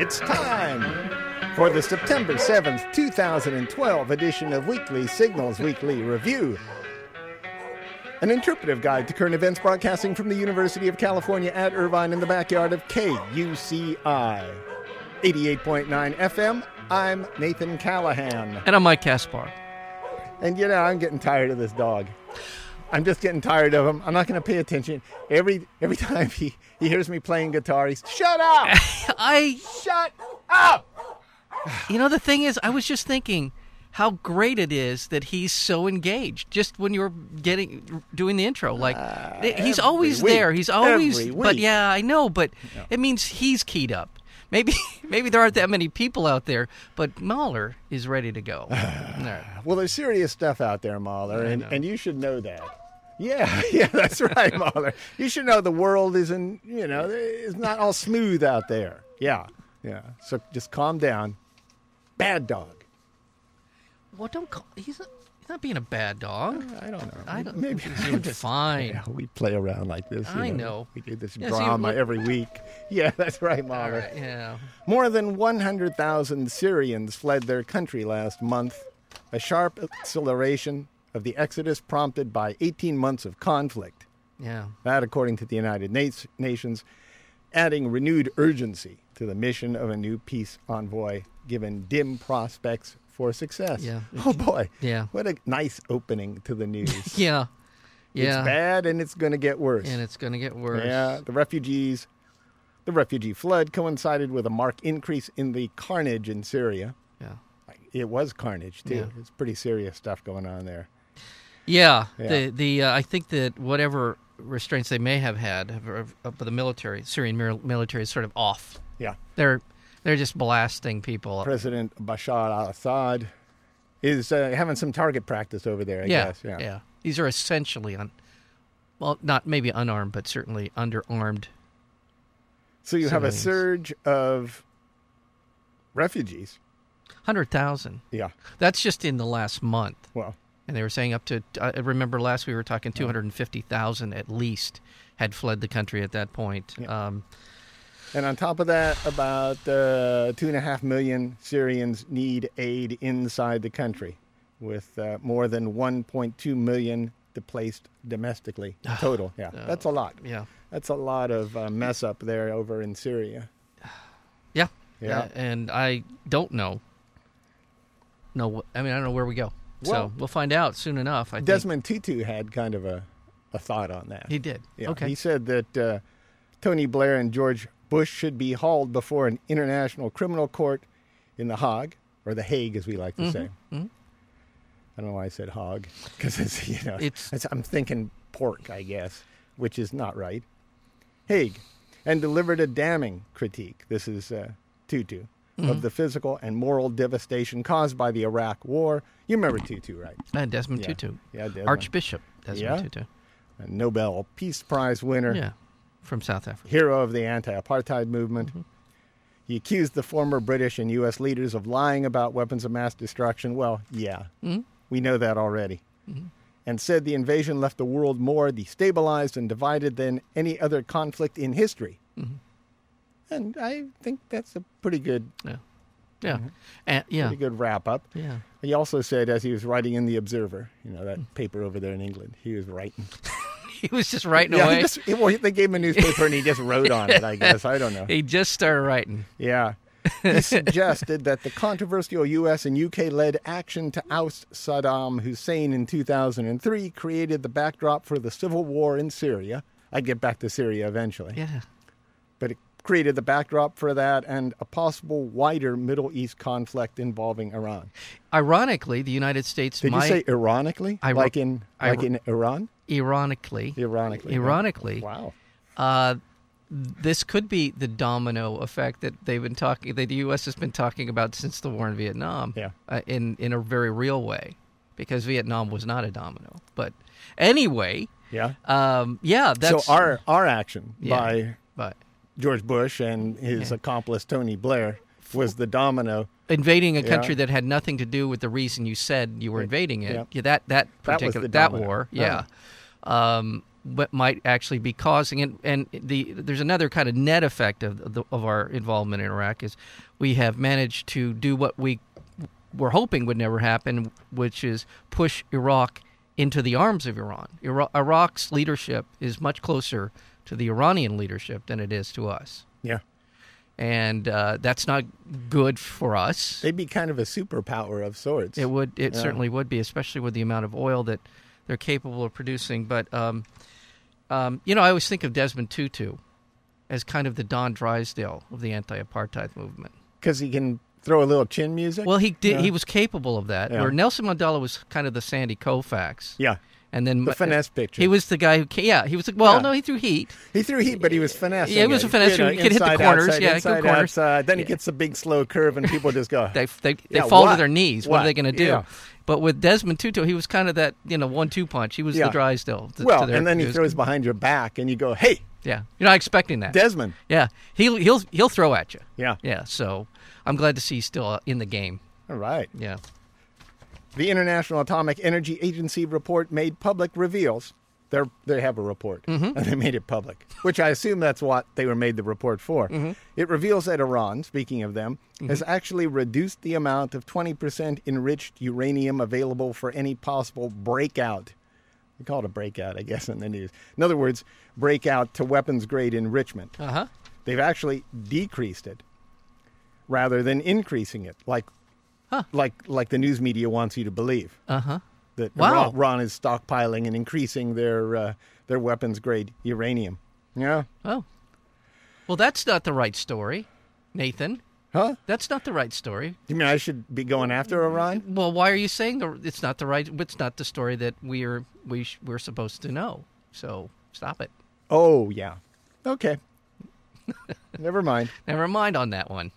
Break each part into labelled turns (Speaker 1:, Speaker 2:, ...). Speaker 1: It's time for the September 7th, 2012 edition of Weekly Signals Weekly Review. An interpretive guide to current events broadcasting from the University of California at Irvine in the backyard of KUCI. 88.9 FM, I'm Nathan Callahan.
Speaker 2: And I'm Mike Caspar.
Speaker 1: And you know, I'm getting tired of this dog. I'm just getting tired of him. I'm not going to pay attention. Every every time he, he hears me playing guitar, he's shut up,
Speaker 2: I,
Speaker 1: shut up.
Speaker 2: you know, the thing is, I was just thinking how great it is that he's so engaged. Just when you're getting doing the intro, like th- he's
Speaker 1: Uh, every
Speaker 2: always
Speaker 1: week.
Speaker 2: there. He's always.
Speaker 1: Every
Speaker 2: But
Speaker 1: week.
Speaker 2: yeah, I know. But it means he's keyed up. Maybe maybe there aren't that many people out there, but Mahler is ready to go. All right.
Speaker 1: Well, there's serious stuff out there, Mahler, and, and you should know that. Yeah, yeah, that's right, Mahler. You should know the world isn't, you know, it's not all smooth out there. Yeah, yeah. So just calm down. Bad dog.
Speaker 2: Well, don't call. He's not, he's not being a bad dog.
Speaker 1: I don't know.
Speaker 2: I don't.
Speaker 1: Uh, Maybe
Speaker 2: he's doing fine.
Speaker 1: Yeah, we play around like this. you
Speaker 2: I know.
Speaker 1: We do this
Speaker 2: Yeah, see,
Speaker 1: drama
Speaker 2: look-
Speaker 1: every week. Yeah, that's right,
Speaker 2: All
Speaker 1: Mahler.
Speaker 2: right, yeah.
Speaker 1: More than 100,000 Syrians fled their country last month, a sharp acceleration of the exodus prompted by 18 months of conflict.
Speaker 2: Yeah.
Speaker 1: That, according to the United Na- Nations, adding renewed urgency to the mission of a new peace envoy, given dim prospects for success.
Speaker 2: Yeah.
Speaker 1: Oh boy.
Speaker 2: Yeah.
Speaker 1: What a nice opening to the news.
Speaker 2: Yeah. Yeah.
Speaker 1: It's bad and it's going to get worse.
Speaker 2: And it's going to get worse.
Speaker 1: Yeah, the refugees, the refugee flood coincided with a marked increase in the carnage in Syria.
Speaker 2: Yeah.
Speaker 1: Like, It was carnage too.
Speaker 2: Yeah.
Speaker 1: It's pretty serious stuff going on there.
Speaker 2: Yeah.
Speaker 1: Yeah.
Speaker 2: The the uh, I think that whatever restraints they may have had of- of- of the military, Syrian mil- military is sort of off.
Speaker 1: Yeah,
Speaker 2: They're they're just blasting people.
Speaker 1: President Bashar al-Assad is uh, having some target practice over there. I
Speaker 2: yeah,
Speaker 1: guess. Yeah.
Speaker 2: These are essentially on well, not maybe unarmed, but certainly underarmed.
Speaker 1: So you have a
Speaker 2: Civilians.
Speaker 1: surge of refugees.
Speaker 2: 100,000.
Speaker 1: Yeah.
Speaker 2: That's just in the last month.
Speaker 1: Well,
Speaker 2: And they were saying up to, I remember last we were talking 250,000 at least had fled the country at that point. Um,
Speaker 1: and on top of that, about uh, two and a half million Syrians need aid inside the country, with uh, more than 1.2 million displaced domestically total. Yeah, that's a lot.
Speaker 2: yeah.
Speaker 1: That's a lot of uh, mess up there over in Syria.
Speaker 2: Yeah.
Speaker 1: Yeah.
Speaker 2: Uh, and I don't know. No, I mean I don't know where we go.
Speaker 1: Well-
Speaker 2: so we'll find out soon enough. I think
Speaker 1: Desmond Tutu had kind of a, a thought on that.
Speaker 2: he did.
Speaker 1: Yeah,
Speaker 2: okay.
Speaker 1: He said that uh, Tony Blair and George Bush should be hauled before an international criminal court in The Hague, or The Hague, as we like to say.
Speaker 2: Mm-hmm,
Speaker 1: I don't know why I said hog, because it's, you know,
Speaker 2: It's-
Speaker 1: it's, I'm thinking pork, I guess, which is not right. Hague, and delivered a damning critique. This is uh, Tutu.
Speaker 2: Mm-hmm.
Speaker 1: Of the physical and moral devastation caused by the Iraq War, you remember Tutu, right?
Speaker 2: And Desmond
Speaker 1: Yeah.
Speaker 2: Tutu.
Speaker 1: Yeah, Desmond.
Speaker 2: Archbishop Desmond
Speaker 1: Yeah.
Speaker 2: Tutu.
Speaker 1: A Nobel Peace Prize winner,
Speaker 2: Yeah. From South Africa.
Speaker 1: hero of the anti apartheid movement. He accused the former British and U.S. leaders of lying about weapons of mass destruction. Well, yeah, we know that already. And said the invasion left the world more destabilized and divided than any other conflict in history. And I think that's a pretty good,
Speaker 2: Yeah. Yeah. And, yeah.
Speaker 1: Mm-hmm. pretty good wrap up.
Speaker 2: Ah. Yeah.
Speaker 1: He also said, as he was writing in the Observer, you know that paper over there in England, he was writing.
Speaker 2: He was just writing
Speaker 1: yeah,
Speaker 2: away.
Speaker 1: he just, well, they gave him a newspaper and he just wrote on it. I guess I don't know.
Speaker 2: He just started writing.
Speaker 1: Yeah. He suggested that the controversial U.S. and U.K. led action to oust Saddam Hussein in 2003 created the backdrop for the civil war in Syria. I'd get back to Syria eventually.
Speaker 2: Yeah.
Speaker 1: But it created the backdrop for that and a possible wider Middle East conflict involving Iran.
Speaker 2: Ironically, the United States
Speaker 1: Did
Speaker 2: might
Speaker 1: you say ironically?
Speaker 2: I-
Speaker 1: like in
Speaker 2: I-
Speaker 1: like in Iran?
Speaker 2: ironically
Speaker 1: Ironically. yeah.
Speaker 2: ironically
Speaker 1: Wow.
Speaker 2: uh, this could be the domino effect that they've been talking that the U.S. has been talking about since the war in Vietnam.
Speaker 1: Yeah.
Speaker 2: uh, in in a very real way, because Vietnam was not a domino. But anyway,
Speaker 1: Yeah.
Speaker 2: um, yeah, that's
Speaker 1: so our our action
Speaker 2: yeah,
Speaker 1: by
Speaker 2: but
Speaker 1: George Bush and his
Speaker 2: Yeah.
Speaker 1: accomplice Tony Blair was the domino
Speaker 2: invading a country that had nothing to do with the reason you said you were invading it.
Speaker 1: Yeah.
Speaker 2: Yeah, that that
Speaker 1: That was
Speaker 2: particular
Speaker 1: the Oh.
Speaker 2: that,
Speaker 1: domino.
Speaker 2: war,
Speaker 1: Yeah.
Speaker 2: yeah, um, what might actually be causing it. And the there's another kind of net effect of the, of our involvement in Iraq is we have managed to do what we were hoping would never happen, which is push Iraq into the arms of Iran. Ira- Iraq's leadership is much closer to the Iranian leadership than it is to us,
Speaker 1: Yeah.
Speaker 2: and uh, that's not good for us.
Speaker 1: They'd be kind of a superpower of sorts.
Speaker 2: It would. It certainly would be, especially with the amount of oil that they're capable of producing. But um, um, you know, I always think of Desmond Tutu as kind of the Don Drysdale of the anti-apartheid movement.
Speaker 1: Because he can throw a little chin music.
Speaker 2: Well, he did. He was capable of that.
Speaker 1: Yeah.
Speaker 2: Where Nelson Mandela was kind of the Sandy Koufax.
Speaker 1: yeah.
Speaker 2: And then
Speaker 1: The finesse picture.
Speaker 2: uh, He was the guy who. ca- Yeah, he was. the- Well,
Speaker 1: Yeah.
Speaker 2: no, he threw heat.
Speaker 1: He threw heat, but he was finessing.
Speaker 2: Yeah, he was
Speaker 1: it.
Speaker 2: a finesser. He could hit the
Speaker 1: inside,
Speaker 2: corners.
Speaker 1: outside,
Speaker 2: Yeah, he could
Speaker 1: inside,
Speaker 2: corners.
Speaker 1: outside. Then he
Speaker 2: Yeah.
Speaker 1: gets a big slow curve, and people just go.
Speaker 2: They they, they
Speaker 1: Yeah,
Speaker 2: fall
Speaker 1: what?
Speaker 2: to their knees. What, are
Speaker 1: What?
Speaker 2: they going to do?
Speaker 1: Yeah.
Speaker 2: But with Desmond Tutu, he was kind of that you know one-two punch. He was
Speaker 1: Yeah.
Speaker 2: the Drysdale. to-
Speaker 1: well,
Speaker 2: to their-
Speaker 1: and then he
Speaker 2: was-
Speaker 1: throws behind your back, and you go, "Hey,
Speaker 2: Yeah, you're not expecting that.
Speaker 1: Desmond."
Speaker 2: Yeah, he'll he'll he'll throw at you.
Speaker 1: Yeah.
Speaker 2: yeah. So I'm glad to see he's still uh, in the game.
Speaker 1: All right.
Speaker 2: Yeah,
Speaker 1: The International Atomic Energy Agency report made public reveals they they have a report and they made it public, which I assume that's what they were made the report for. It reveals that Iran, speaking of them, has actually reduced the amount of 20% enriched uranium available for any possible breakout. We call it a breakout, I guess, in the news. In other words, breakout to weapons grade enrichment.
Speaker 2: uh huh.
Speaker 1: They've actually decreased it rather than increasing it, like like like the news media wants you to believe. Uh huh. That
Speaker 2: Wow.
Speaker 1: Iran, Iran is stockpiling and increasing their uh, their weapons grade uranium. Yeah.
Speaker 2: Oh, well, that's not the right story, Nathan.
Speaker 1: Huh?
Speaker 2: That's not the right story.
Speaker 1: You mean I should be going after Iran?
Speaker 2: Well, why are you saying the, it's not the right? It's not the story that we are we sh- we're supposed to know. So stop it.
Speaker 1: Oh yeah. Okay. Never mind.
Speaker 2: Never mind on that one.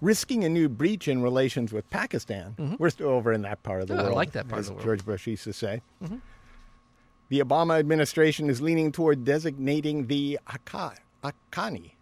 Speaker 1: risking a new breach in relations with Pakistan. We're still over in that part of the
Speaker 2: Yeah, Mm-hmm. Oh, I
Speaker 1: world.
Speaker 2: like that part of
Speaker 1: as
Speaker 2: the world. Mm-hmm.
Speaker 1: George Bush used to say. The Obama administration is leaning toward designating the Aka- Akani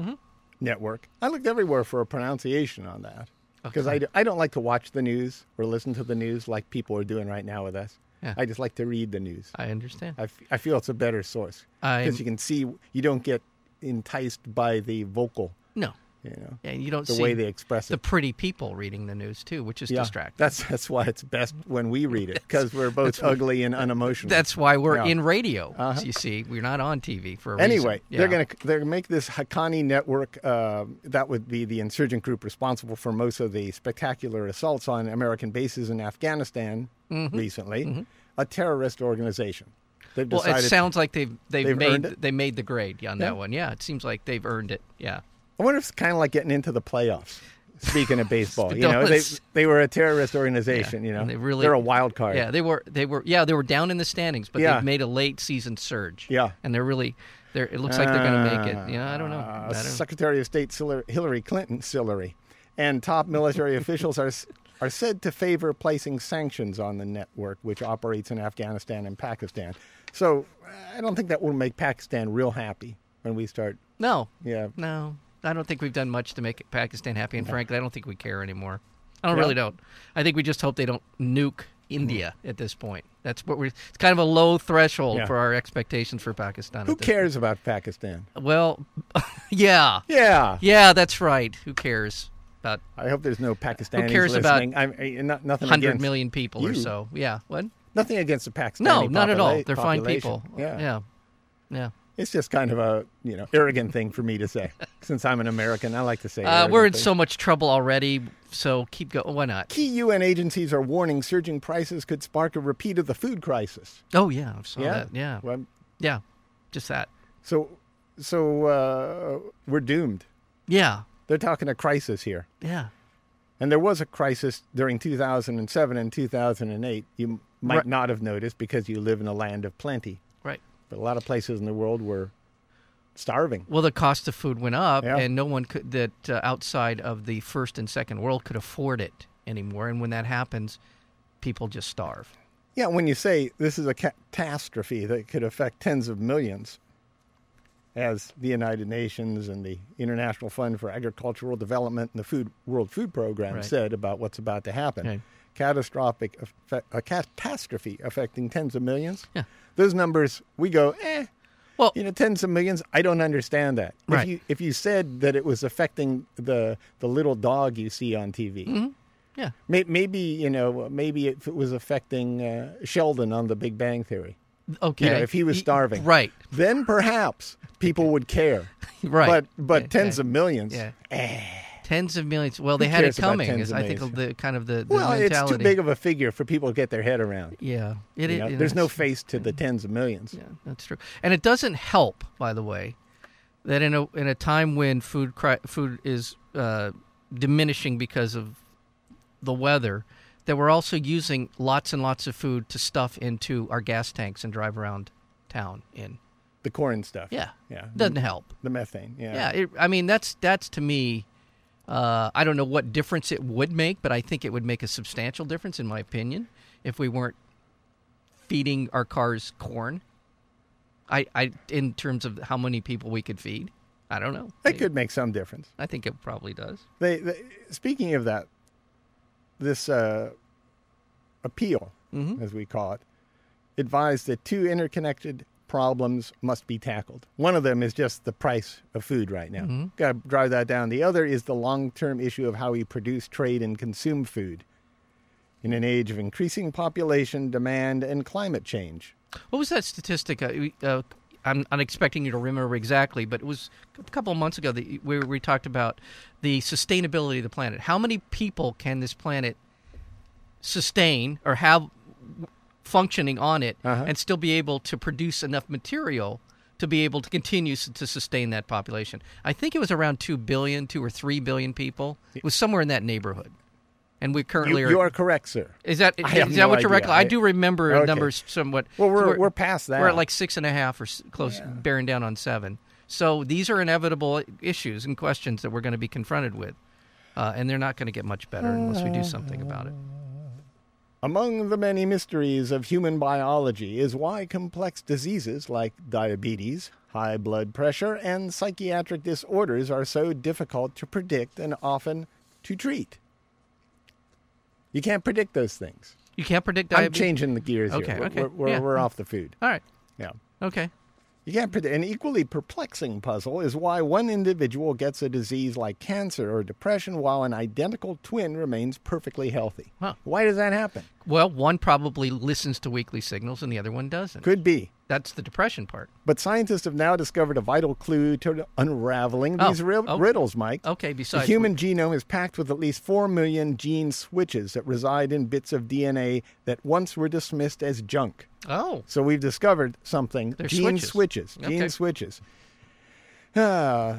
Speaker 2: Mm-hmm.
Speaker 1: network. I looked everywhere for a pronunciation on that because I, do, not like to watch the news or listen to the news like people are doing right now with us.
Speaker 2: Yeah.
Speaker 1: I just like to read the news.
Speaker 2: I understand.
Speaker 1: I, f- I feel it's a better source
Speaker 2: I'm-
Speaker 1: because you can see you don't get enticed by the vocal,
Speaker 2: no,
Speaker 1: you know,
Speaker 2: and you don't
Speaker 1: the
Speaker 2: see
Speaker 1: way they express it
Speaker 2: the pretty people reading the news too, which is distracting.
Speaker 1: that's that's why it's best when we read it because we're both ugly and unemotional.
Speaker 2: That's why we're
Speaker 1: Yeah. Uh-huh.
Speaker 2: in radio. You see, we're not on TV for a reason.
Speaker 1: anyway. They're
Speaker 2: Yeah.
Speaker 1: gonna they're gonna make this Hakani network. Uh, that would be the insurgent group responsible for most of the spectacular assaults on American bases in Afghanistan
Speaker 2: Mm-hmm.
Speaker 1: recently. A terrorist organization. They've
Speaker 2: Well, it
Speaker 1: decided.
Speaker 2: sounds like they've they've,
Speaker 1: They've
Speaker 2: made
Speaker 1: earned it?
Speaker 2: they made the grade on that one. Yeah, it seems like they've earned it. Yeah,
Speaker 1: I wonder if it's kind of like getting into the playoffs. Speaking of baseball, you know they
Speaker 2: Stabilis.
Speaker 1: they were a terrorist organization. You know
Speaker 2: And they really
Speaker 1: they're a wild card.
Speaker 2: Yeah, they were they were yeah they were down in the standings, but
Speaker 1: Yeah.
Speaker 2: they've made a late season surge.
Speaker 1: Yeah.
Speaker 2: and they're really they're it looks like they're going to make it. Yeah, I don't know.
Speaker 1: Uh,
Speaker 2: I don't know.
Speaker 1: Secretary of State Siller- Hillary Clinton, Sillery, and top military officials are s- are said to favor placing sanctions on the network, which operates in Afghanistan and Pakistan. So I don't think that will make Pakistan real happy when we start.
Speaker 2: No,
Speaker 1: Yeah.
Speaker 2: no, I don't think we've done much to make Pakistan happy, and frankly, I don't think we care anymore. I don't
Speaker 1: Yeah. Mm-hmm.
Speaker 2: really don't. I think we just hope they don't nuke India at this point. That's what we're. It's kind of a low threshold
Speaker 1: Yeah.
Speaker 2: for our expectations for Pakistan.
Speaker 1: Who
Speaker 2: at this point.
Speaker 1: cares about Pakistan?
Speaker 2: Well, yeah.
Speaker 1: Yeah.
Speaker 2: Yeah, that's right. Who cares about
Speaker 1: I hope there's no Pakistanis
Speaker 2: cares about
Speaker 1: listening. I'm, I, not, nothing
Speaker 2: 100
Speaker 1: against,
Speaker 2: million people or
Speaker 1: you.
Speaker 2: so? Yeah. What?
Speaker 1: Nothing against the Pakistani.
Speaker 2: No, not at all.
Speaker 1: popula-
Speaker 2: They're fine
Speaker 1: population.
Speaker 2: people.
Speaker 1: Yeah.
Speaker 2: Yeah. Yeah.
Speaker 1: It's just kind of a you know arrogant thing for me to say since I'm an American. I like to say.
Speaker 2: Uh, we're in
Speaker 1: arrogant things.
Speaker 2: so much trouble already, so keep going. Why not?
Speaker 1: Key UN agencies are warning surging prices could spark a repeat of the food crisis.
Speaker 2: Oh, yeah. I saw that. Yeah.
Speaker 1: Well,
Speaker 2: Yeah. Just that.
Speaker 1: so, so uh, we're doomed.
Speaker 2: Yeah.
Speaker 1: They're talking a crisis here,
Speaker 2: Yeah.
Speaker 1: and there was a crisis during 2007 and 2008. You might
Speaker 2: Right.
Speaker 1: not have noticed because you live in a land of plenty,
Speaker 2: Right.
Speaker 1: but a lot of places in the world were starving.
Speaker 2: Well, the cost of food went up,
Speaker 1: Yeah.
Speaker 2: and no one could, that uh, outside of the first and second world could afford it anymore. And when that happens, people just starve.
Speaker 1: Yeah, when you say this is a catastrophe that could affect tens of millions, as the United Nations and the International Fund for Agricultural Development and the Food World Food Program
Speaker 2: Right.
Speaker 1: said about what's about to happen,
Speaker 2: Right.
Speaker 1: catastrophic affe- a catastrophe affecting tens of millions.
Speaker 2: Yeah.
Speaker 1: Those numbers, we go, eh.
Speaker 2: Well-
Speaker 1: you know, tens of millions. I don't understand that.
Speaker 2: Right.
Speaker 1: If you if you said that it was affecting the the little dog you see on
Speaker 2: Mm-hmm.
Speaker 1: TV,
Speaker 2: Yeah.
Speaker 1: may, maybe you know, maybe if it was affecting uh, Sheldon on The Big Bang Theory,
Speaker 2: Okay.
Speaker 1: you know, if he was
Speaker 2: Y-
Speaker 1: starving,
Speaker 2: Right.
Speaker 1: then perhaps people would care.
Speaker 2: Right.
Speaker 1: But but
Speaker 2: Yeah,
Speaker 1: tens
Speaker 2: yeah.
Speaker 1: of millions. Eh.
Speaker 2: Yeah. Tens of millions. Well, they had it
Speaker 1: cares about
Speaker 2: coming.
Speaker 1: tens
Speaker 2: Is
Speaker 1: of
Speaker 2: I think
Speaker 1: millions?
Speaker 2: the kind of the, the
Speaker 1: Well,
Speaker 2: mentality.
Speaker 1: it's too big of a figure for people to get their head around.
Speaker 2: yeah. It
Speaker 1: you
Speaker 2: is-
Speaker 1: know?
Speaker 2: you know,
Speaker 1: There's no
Speaker 2: it's- mm-hmm.
Speaker 1: face to the tens of millions.
Speaker 2: Yeah, that's true. And it doesn't help, by the way, that in a in a time when food cri- food is uh, diminishing because of the weather, that we're also using lots and lots of food to stuff into our gas tanks and drive around town in.
Speaker 1: The corn stuff.
Speaker 2: Yeah,
Speaker 1: Yeah.
Speaker 2: doesn't help.
Speaker 1: The methane. Yeah.
Speaker 2: Yeah, it, I mean that's that's to me. Uh, I don't know what difference it would make, but I think it would make a substantial difference, in my opinion, if we weren't feeding our cars corn. I, I, in terms of how many people we could feed, I don't know.
Speaker 1: That could make some difference.
Speaker 2: I think it probably does.
Speaker 1: They, they speaking of that, this uh, appeal, as we call it, advised that two interconnected problems must be tackled. One of them is just the price of food right now. Got to drive that down. The other is the long-term issue of how we produce, trade, and consume food. In an age of increasing population, demand, and climate change.
Speaker 2: What was that statistic? Uh, we- uh, I'm, I'm expecting you to remember exactly, but it was a couple of months ago that you- where we talked about the sustainability of the planet. How many people can this planet sustain or have functioning on it
Speaker 1: Uh-huh.
Speaker 2: and still be able to produce enough material to be able to continue s- to sustain that population? I think it was around 2 billion, 2 or 3 billion people. It was somewhere in that neighborhood. And we
Speaker 1: You,
Speaker 2: currently
Speaker 1: you are correct, sir.
Speaker 2: is that is
Speaker 1: I have
Speaker 2: that
Speaker 1: no
Speaker 2: what you
Speaker 1: idea.
Speaker 2: recollect? I
Speaker 1: I-
Speaker 2: do remember
Speaker 1: Okay.
Speaker 2: numbers somewhat.
Speaker 1: Well, we're-
Speaker 2: So
Speaker 1: we're past that.
Speaker 2: We're at like six and a half or s- close, bearing down on seven. So these are inevitable issues and questions that we're going to be confronted with, uh, and they're not going to get much better unless we do something about it.
Speaker 1: Among the many mysteries of human biology is why complex diseases like diabetes, high blood pressure, and psychiatric disorders are so difficult to predict and often to treat. You can't predict those things.
Speaker 2: You can't predict diabetes.
Speaker 1: I'm changing the gears
Speaker 2: Okay,
Speaker 1: here. We're-
Speaker 2: okay.
Speaker 1: We're, we're,
Speaker 2: Yeah.
Speaker 1: we're off the food.
Speaker 2: All right.
Speaker 1: Yeah.
Speaker 2: Okay.
Speaker 1: You can't predict. An equally perplexing puzzle is why one individual gets a disease like cancer or depression while an identical twin remains perfectly healthy.
Speaker 2: Huh.
Speaker 1: Why does that happen?
Speaker 2: Well, one probably listens to weekly signals, and the other one doesn't.
Speaker 1: Could be.
Speaker 2: That's the depression part.
Speaker 1: But scientists have now discovered a vital clue to unraveling
Speaker 2: Oh,
Speaker 1: these ri-
Speaker 2: oh.
Speaker 1: riddles, Mike.
Speaker 2: Okay.
Speaker 1: The
Speaker 2: Besides
Speaker 1: human genome is packed with at least 4 million gene switches that reside in bits of DNA that once were dismissed as junk.
Speaker 2: Oh.
Speaker 1: So we've discovered something
Speaker 2: They're
Speaker 1: gene
Speaker 2: switches.
Speaker 1: switches. Gene
Speaker 2: Okay.
Speaker 1: switches. Ah,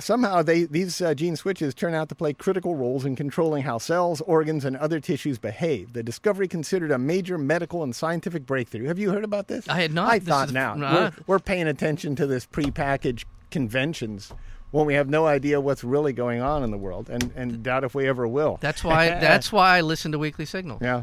Speaker 1: somehow they, these uh, gene switches turn out to play critical roles in controlling how cells, organs, and other tissues behave. The discovery considered a major medical and scientific breakthrough. Have you heard about this?
Speaker 2: I had not.
Speaker 1: I
Speaker 2: This
Speaker 1: thought
Speaker 2: is-
Speaker 1: now.
Speaker 2: uh-huh. nah.
Speaker 1: We're, we're paying attention to this prepackaged conventions when we have no idea what's really going on in the world and, and doubt if we ever will.
Speaker 2: That's why. that's why I listen to weekly signals.
Speaker 1: Yeah.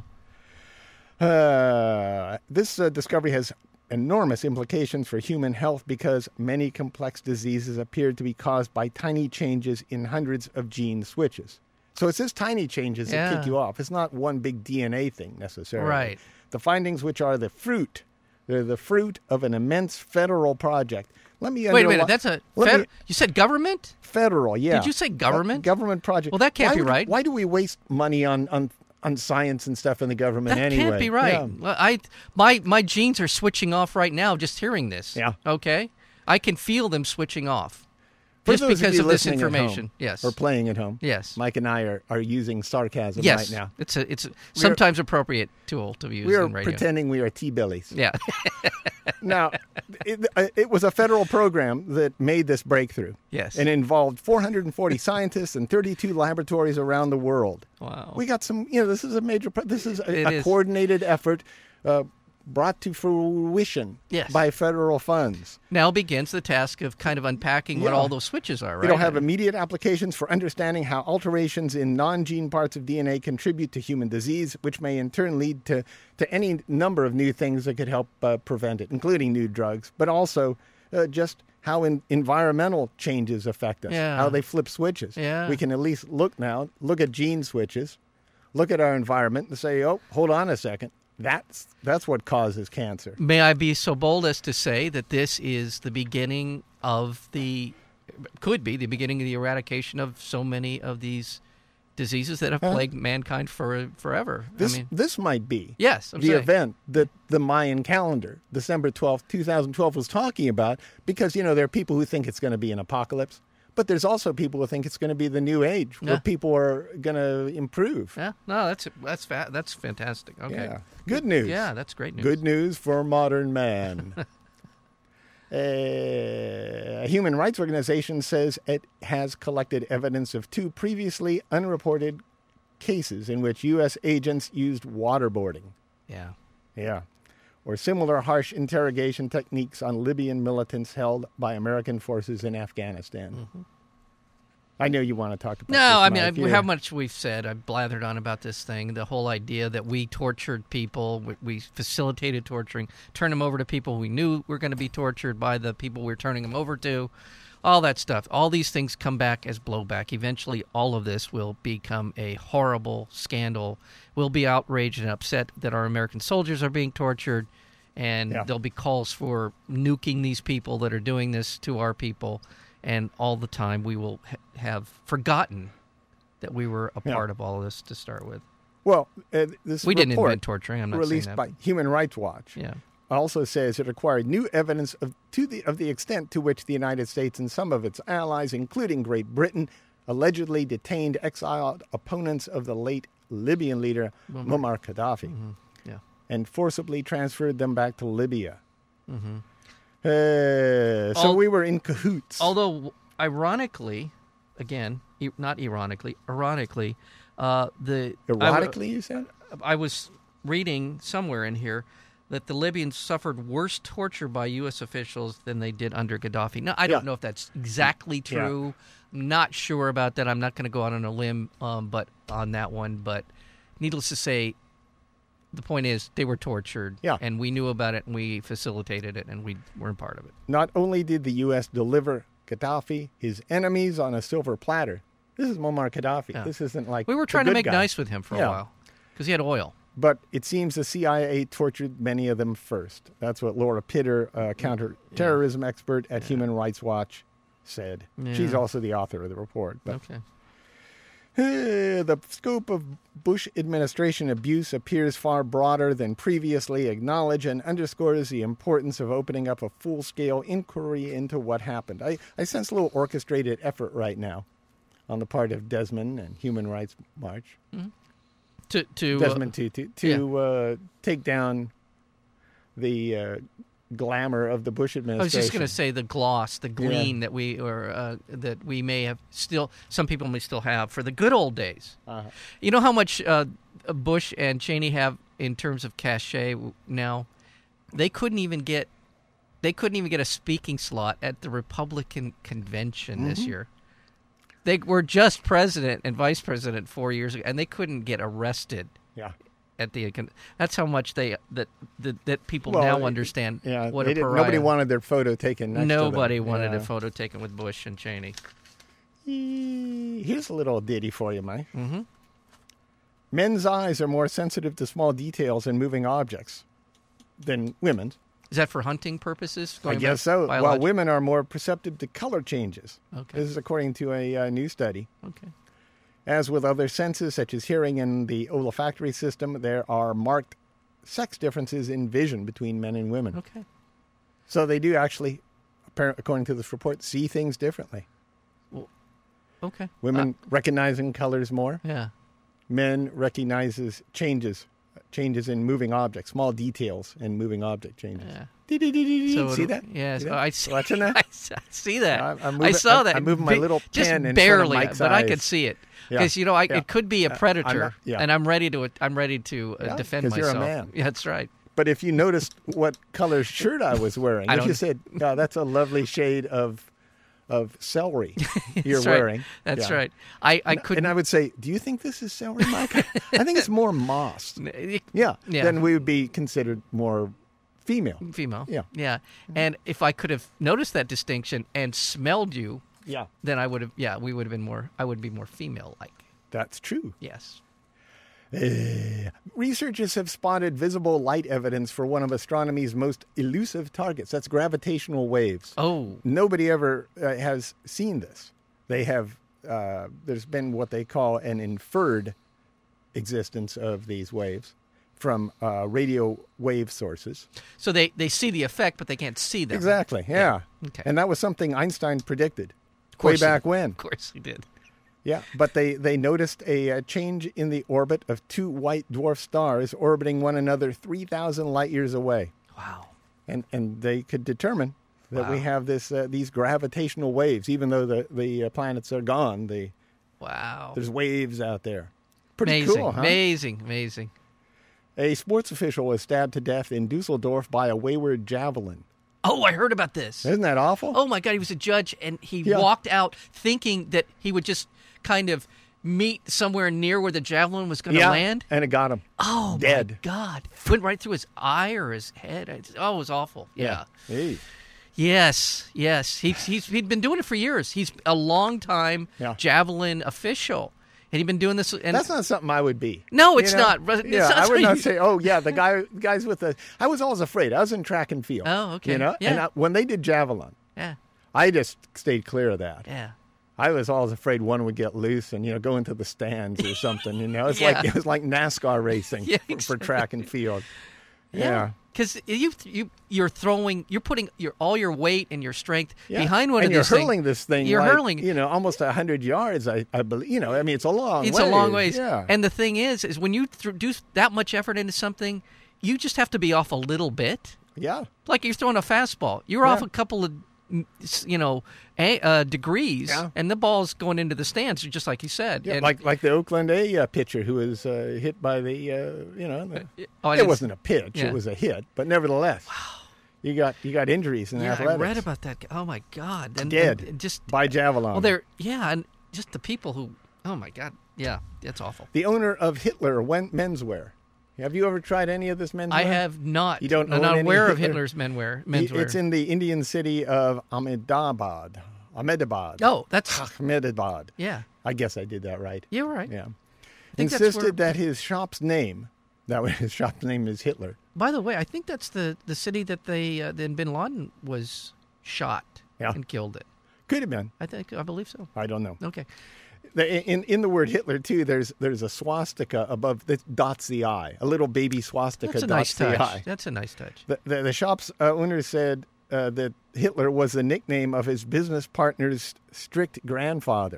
Speaker 1: Uh, this uh, discovery has enormous implications for human health because many complex diseases appear to be caused by tiny changes in hundreds of gene switches. So it's these tiny changes that
Speaker 2: Yeah.
Speaker 1: kick you off. It's not one big DNA thing necessarily.
Speaker 2: Right.
Speaker 1: The findings, which are the fruit, they're the fruit of an immense federal project. Let me
Speaker 2: Wait a
Speaker 1: underli-
Speaker 2: minute. That's a.
Speaker 1: let
Speaker 2: fed-
Speaker 1: me-
Speaker 2: you said government.
Speaker 1: federal. Yeah.
Speaker 2: you say
Speaker 1: Go-
Speaker 2: government?
Speaker 1: government project.
Speaker 2: Well, that can't
Speaker 1: Why
Speaker 2: be
Speaker 1: would-
Speaker 2: right.
Speaker 1: Why do we waste money on on on science and stuff in the government
Speaker 2: That
Speaker 1: anyway?
Speaker 2: can't be right.
Speaker 1: Yeah.
Speaker 2: Well, I my my genes are switching off right now just hearing this.
Speaker 1: Yeah.
Speaker 2: Okay. I can feel them switching off
Speaker 1: For
Speaker 2: just
Speaker 1: those
Speaker 2: because
Speaker 1: you
Speaker 2: of this
Speaker 1: listening at home
Speaker 2: information. yes.
Speaker 1: Or playing at home.
Speaker 2: Yes.
Speaker 1: Mike and I are, are using sarcasm
Speaker 2: yes.
Speaker 1: right now.
Speaker 2: It's a it's a sometimes appropriate tool to use
Speaker 1: We are
Speaker 2: in radio.
Speaker 1: pretending we are T Billies.
Speaker 2: yeah.
Speaker 1: Now, it, uh, it was a federal program that made this breakthrough.
Speaker 2: Yes.
Speaker 1: And involved 440 scientists and 32 laboratories around the world.
Speaker 2: Wow.
Speaker 1: We got some, you know, this is a major, pro- this is a,
Speaker 2: It
Speaker 1: a
Speaker 2: is.
Speaker 1: coordinated effort uh, brought to fruition
Speaker 2: Yes.
Speaker 1: by federal funds.
Speaker 2: now begins the task of kind of unpacking what
Speaker 1: Yeah.
Speaker 2: all those switches are, right?
Speaker 1: It'll have immediate applications for understanding how alterations in non gene parts of DNA contribute to human disease, which may in turn lead to, to any number of new things that could help uh, prevent it, including new drugs, but also uh, just how in, environmental changes affect us,
Speaker 2: Yeah.
Speaker 1: how they flip switches.
Speaker 2: Yeah.
Speaker 1: We can at least look now, look at gene switches. look at our environment and say, "Oh, hold on a second. That's that's what causes cancer."
Speaker 2: May I be so bold as to say that this is the beginning of the could be the beginning of the eradication of so many of these diseases that have
Speaker 1: Huh?
Speaker 2: plagued mankind for forever.
Speaker 1: This
Speaker 2: I mean,
Speaker 1: this might be
Speaker 2: yes, I'm
Speaker 1: the
Speaker 2: saying.
Speaker 1: event that the Mayan calendar, December twelfth, two 2012 was talking about because you know there are people who think it's going to be an apocalypse, but there's also people who think it's going to be the new age where
Speaker 2: Yeah.
Speaker 1: people are going to improve.
Speaker 2: Yeah, no, that's that's fa- that's fantastic. Okay,
Speaker 1: Yeah. Good news.
Speaker 2: Yeah, that's great news.
Speaker 1: Good news for modern man. Uh, a human rights organization says it has collected evidence of two previously unreported cases in which U.S. agents used waterboarding.
Speaker 2: Yeah,
Speaker 1: Yeah. Or similar harsh interrogation techniques on Libyan militants held by American forces in Afghanistan. I know you want to talk about
Speaker 2: Mm-hmm. No, I
Speaker 1: this,
Speaker 2: mean, I,
Speaker 1: Mike. Yeah.
Speaker 2: how much we've said. I blathered on about this thing. The whole idea that we tortured people, we, we facilitated torturing, turned them over to people we knew were going to be tortured by the people we are turning them over to, all that stuff. All these things come back as blowback. Eventually, all of this will become a horrible scandal. We'll be outraged and upset that our American soldiers are being tortured, and
Speaker 1: Yeah.
Speaker 2: there'll be calls for nuking these people that are doing this to our people. And all the time, we will ha- have forgotten that we were a
Speaker 1: Yeah.
Speaker 2: part of all of this to start with.
Speaker 1: Well, uh, this
Speaker 2: We didn't
Speaker 1: report
Speaker 2: invent torturing. I'm not
Speaker 1: released
Speaker 2: saying that.
Speaker 1: by Human Rights Watch
Speaker 2: yeah,
Speaker 1: also says it required new evidence of, to the, of the extent to which the United States and some of its allies, including Great Britain, allegedly detained exiled opponents of the late Libyan leader Muammar Gaddafi
Speaker 2: Mm-hmm. yeah.
Speaker 1: and forcibly transferred them back to Libya. Uh, so
Speaker 2: Mm-hmm. Al-
Speaker 1: we were in cahoots.
Speaker 2: Although, ironically, again, e- not ironically, ironically, uh, the I w-
Speaker 1: Erotically, you said?
Speaker 2: I was reading somewhere in here that the Libyans suffered worse torture by U.S. officials than they did under Gaddafi. Now, I don't
Speaker 1: Yeah.
Speaker 2: know if that's exactly
Speaker 1: Yeah.
Speaker 2: true. I'm Not sure about that. I'm not going to go out on a limb, um, but on that one. But needless to say, the point is they were tortured,
Speaker 1: Yeah.
Speaker 2: and we knew about it, and we facilitated it, and we weren't part of it.
Speaker 1: Not only did the U.S. deliver Gaddafi, his enemies, on a silver platter. This is Muammar Gaddafi.
Speaker 2: Yeah.
Speaker 1: This isn't like
Speaker 2: We were
Speaker 1: the
Speaker 2: trying to
Speaker 1: good
Speaker 2: make
Speaker 1: guy.
Speaker 2: nice with him for
Speaker 1: Yeah.
Speaker 2: a while because he had oil.
Speaker 1: But it seems the CIA tortured many of them first. That's what Laura Pitter,
Speaker 2: Mm,
Speaker 1: a counterterrorism expert at Human Rights Watch, said. She's
Speaker 2: Yeah.
Speaker 1: also the author of the report. But
Speaker 2: Okay.
Speaker 1: eh, the scope of Bush administration abuse appears far broader than previously acknowledged and underscores the importance of opening up a full scale inquiry into what happened. I, I sense a little orchestrated effort right now on the part of Desmond and Human Rights March.
Speaker 2: To to uh,
Speaker 1: Desmond Tutu to uh, take down the uh, glamour of the Bush
Speaker 2: I was
Speaker 1: administration.
Speaker 2: just going to say the gloss, the gleam that we or uh, that we may have still, some people may still have for the good old days.
Speaker 1: Uh-huh.
Speaker 2: You know how much uh, Bush and Cheney have in terms of cachet w- now. They couldn't even get, they couldn't even get a speaking slot at the Republican convention this
Speaker 1: Mm-hmm.
Speaker 2: year. They were just president and vice president four years ago, and they couldn't get arrested
Speaker 1: yeah,
Speaker 2: at the. uh, con- That's how much they that that, that people
Speaker 1: Well,
Speaker 2: now
Speaker 1: it-
Speaker 2: understand.
Speaker 1: yeah.
Speaker 2: what
Speaker 1: they
Speaker 2: a
Speaker 1: didn't-
Speaker 2: pariah.
Speaker 1: nobody wanted their photo taken. Next
Speaker 2: Nobody
Speaker 1: to them.
Speaker 2: wanted
Speaker 1: yeah.
Speaker 2: a photo taken with Bush and Cheney.
Speaker 1: Eee, Here's a little ditty for you, Mike. Mm-hmm. Men's eyes are more sensitive to small details and moving objects than women's.
Speaker 2: Is that for hunting purposes?
Speaker 1: I
Speaker 2: Going back
Speaker 1: guess so. While
Speaker 2: biologic-
Speaker 1: women are more perceptive to color changes.
Speaker 2: Okay.
Speaker 1: This is according to a uh, new study.
Speaker 2: Okay.
Speaker 1: As with other senses, such as hearing and the olfactory system, there are marked sex differences in vision between men and women.
Speaker 2: Okay.
Speaker 1: So they do actually, appar- according to this report, see things
Speaker 2: Uh,
Speaker 1: differently.
Speaker 2: Okay.
Speaker 1: Women recognizing colors more.
Speaker 2: Uh, yeah.
Speaker 1: Men recognizes changes, changes in moving objects, small details in moving object changes.
Speaker 2: Yeah.
Speaker 1: Dee-dee-dee-dee-dee. See
Speaker 2: it-
Speaker 1: that?
Speaker 2: Yes.
Speaker 1: See that?
Speaker 2: I see.
Speaker 1: Watching that?
Speaker 2: I s- I see that.
Speaker 1: I'm- I'm
Speaker 2: I
Speaker 1: moving-
Speaker 2: saw
Speaker 1: I'm-
Speaker 2: that.
Speaker 1: I'm moving my
Speaker 2: Bi-
Speaker 1: little
Speaker 2: just
Speaker 1: pen in front of
Speaker 2: barely, uh,
Speaker 1: Mike's
Speaker 2: but I could
Speaker 1: eyes.
Speaker 2: see it
Speaker 1: Yeah.
Speaker 2: because you know I,
Speaker 1: Yeah. Uh,
Speaker 2: it could be a predator,
Speaker 1: not- yeah.
Speaker 2: and I'm ready to. I'm ready to uh,
Speaker 1: Yeah,
Speaker 2: defend
Speaker 1: 'cause
Speaker 2: myself.
Speaker 1: you're a man.
Speaker 2: Yeah, that's right.
Speaker 1: But if you noticed what color shirt I was wearing,
Speaker 2: I
Speaker 1: if
Speaker 2: don't-
Speaker 1: you said, "No, that's a lovely shade of of celery you're
Speaker 2: That's right.
Speaker 1: wearing,"
Speaker 2: That's
Speaker 1: Yeah.
Speaker 2: right. I I couldn't.
Speaker 1: And I would say, "Do you think this is celery, Mike?" I think it's more moss.
Speaker 2: eh,
Speaker 1: Yeah.
Speaker 2: Yeah. Mm.
Speaker 1: Then we would be considered more female.
Speaker 2: female.
Speaker 1: Yeah. Mm-hmm.
Speaker 2: Yeah. And if I could have noticed that distinction and smelled you,
Speaker 1: Yeah,
Speaker 2: then I would have. Yeah, we would have been more. I would be more female like.
Speaker 1: that's true.
Speaker 2: Yes.
Speaker 1: Eh. Researchers have spotted visible light evidence for one of astronomy's most elusive targets. That's gravitational waves.
Speaker 2: Oh,
Speaker 1: Nobody ever uh, has seen this. They have, uh, there's been what they call an inferred existence of these waves from uh, radio wave sources.
Speaker 2: so they, they see the effect, but they can't see them.
Speaker 1: Exactly, yeah.
Speaker 2: Okay.
Speaker 1: And that was something Einstein predicted way
Speaker 2: course he
Speaker 1: back
Speaker 2: did.
Speaker 1: when.
Speaker 2: Of course, he did.
Speaker 1: Yeah, but they, they noticed a, uh change in the orbit of two white dwarf stars orbiting one another 3,000 light years away.
Speaker 2: Wow.
Speaker 1: And, and they could determine that we
Speaker 2: Wow.
Speaker 1: have this, uh, these gravitational waves. Even though the, the uh, planets are gone, the,
Speaker 2: Wow.
Speaker 1: there's waves out there. Pretty
Speaker 2: amazing.
Speaker 1: cool, huh?
Speaker 2: Amazing. Amazing.
Speaker 1: A sports official was stabbed to death in Dusseldorf by a wayward javelin.
Speaker 2: Oh, I heard about this.
Speaker 1: Isn't that awful?
Speaker 2: Oh my God, he was a judge, and he
Speaker 1: Yeah.
Speaker 2: walked out thinking that he would just kind of meet somewhere near where the javelin was going to land.
Speaker 1: And it got him.
Speaker 2: Oh
Speaker 1: Dead.
Speaker 2: my God! Went right through his eye or his head. It's- Oh, it was awful. Yeah.
Speaker 1: Hey.
Speaker 2: Yes. Yes. He's he's he'd been doing it for years. He's a long time
Speaker 1: Yeah.
Speaker 2: javelin official, and he'd been doing this. And
Speaker 1: That's not something I would be.
Speaker 2: No,
Speaker 1: You
Speaker 2: it's
Speaker 1: know?
Speaker 2: not. But it's
Speaker 1: yeah,
Speaker 2: not
Speaker 1: I would
Speaker 2: something
Speaker 1: not
Speaker 2: you-
Speaker 1: say, "Oh, yeah, the guy, guys with the." I was always afraid. I was in track and field.
Speaker 2: Oh, okay.
Speaker 1: You know, and
Speaker 2: Yeah.
Speaker 1: I, when they did javelin,
Speaker 2: yeah,
Speaker 1: I just stayed clear of that.
Speaker 2: yeah.
Speaker 1: I was always afraid one would get loose and you know go into the stands or something. You know, it's like
Speaker 2: Yeah.
Speaker 1: it was like NASCAR racing
Speaker 2: Yeah,
Speaker 1: for, for track and field. yeah.
Speaker 2: Because you you you're throwing you're putting your all your weight and your strength
Speaker 1: Yeah.
Speaker 2: behind one
Speaker 1: and
Speaker 2: of
Speaker 1: you're
Speaker 2: these
Speaker 1: hurling
Speaker 2: things.
Speaker 1: this thing.
Speaker 2: You're
Speaker 1: like,
Speaker 2: hurling.
Speaker 1: you know, almost hundred yards. I, I believe. You know, I mean, it's a long.
Speaker 2: it's
Speaker 1: ways.
Speaker 2: a long ways.
Speaker 1: Yeah,
Speaker 2: And the thing is, is when you th- do that much effort into something, you just have to be off a little bit.
Speaker 1: yeah,
Speaker 2: Like you're throwing a fastball, you're off a couple of mm, s- you know a, uh, degrees,
Speaker 1: Yeah.
Speaker 2: and the ball's going into the stands, just like you said.
Speaker 1: yeah.
Speaker 2: And-
Speaker 1: like like the Oakland A uh, pitcher who was uh, hit by the. Uh, you know, the,
Speaker 2: oh, I
Speaker 1: it
Speaker 2: didn't-
Speaker 1: wasn't a pitch.
Speaker 2: yeah.
Speaker 1: It was a hit, but nevertheless, you got you got injuries in
Speaker 2: yeah, I
Speaker 1: athletics.
Speaker 2: read about that. guy. Oh my god! And,
Speaker 1: Dead
Speaker 2: and just
Speaker 1: by javelin.
Speaker 2: well, there. Yeah, and just the people who. Oh my god! Yeah, that's awful.
Speaker 1: the owner of Hitler went menswear. Have you ever tried any of this menswear?
Speaker 2: I have not.
Speaker 1: You don't
Speaker 2: I'm
Speaker 1: own
Speaker 2: not
Speaker 1: any
Speaker 2: aware of
Speaker 1: Hitler-
Speaker 2: Hitler's menwear.
Speaker 1: I-
Speaker 2: Menswear.
Speaker 1: It's in the Indian city of Ahmedabad. Ahmedabad.
Speaker 2: Oh, that's
Speaker 1: Ahmedabad.
Speaker 2: yeah.
Speaker 1: I guess I did that right.
Speaker 2: You're right.
Speaker 1: Ah. Yeah.
Speaker 2: think that's where-
Speaker 1: Insisted that his shop's name, that was- his shop's name is Hitler.
Speaker 2: By the way, I think that's the, the city that they uh, then Bin Laden was shot
Speaker 1: Yeah.
Speaker 2: and killed. It.
Speaker 1: Could have been.
Speaker 2: I think I believe so.
Speaker 1: I don't know.
Speaker 2: Okay.
Speaker 1: The- In, in the word Hitler too, there's there's a swastika above that dots the eye. A little baby swastika
Speaker 2: That's a nice
Speaker 1: dots
Speaker 2: touch.
Speaker 1: the eye.
Speaker 2: That's a nice touch.
Speaker 1: The, the, the shop's uh, owner said uh, that Hitler was the nickname of his business partner's strict grandfather.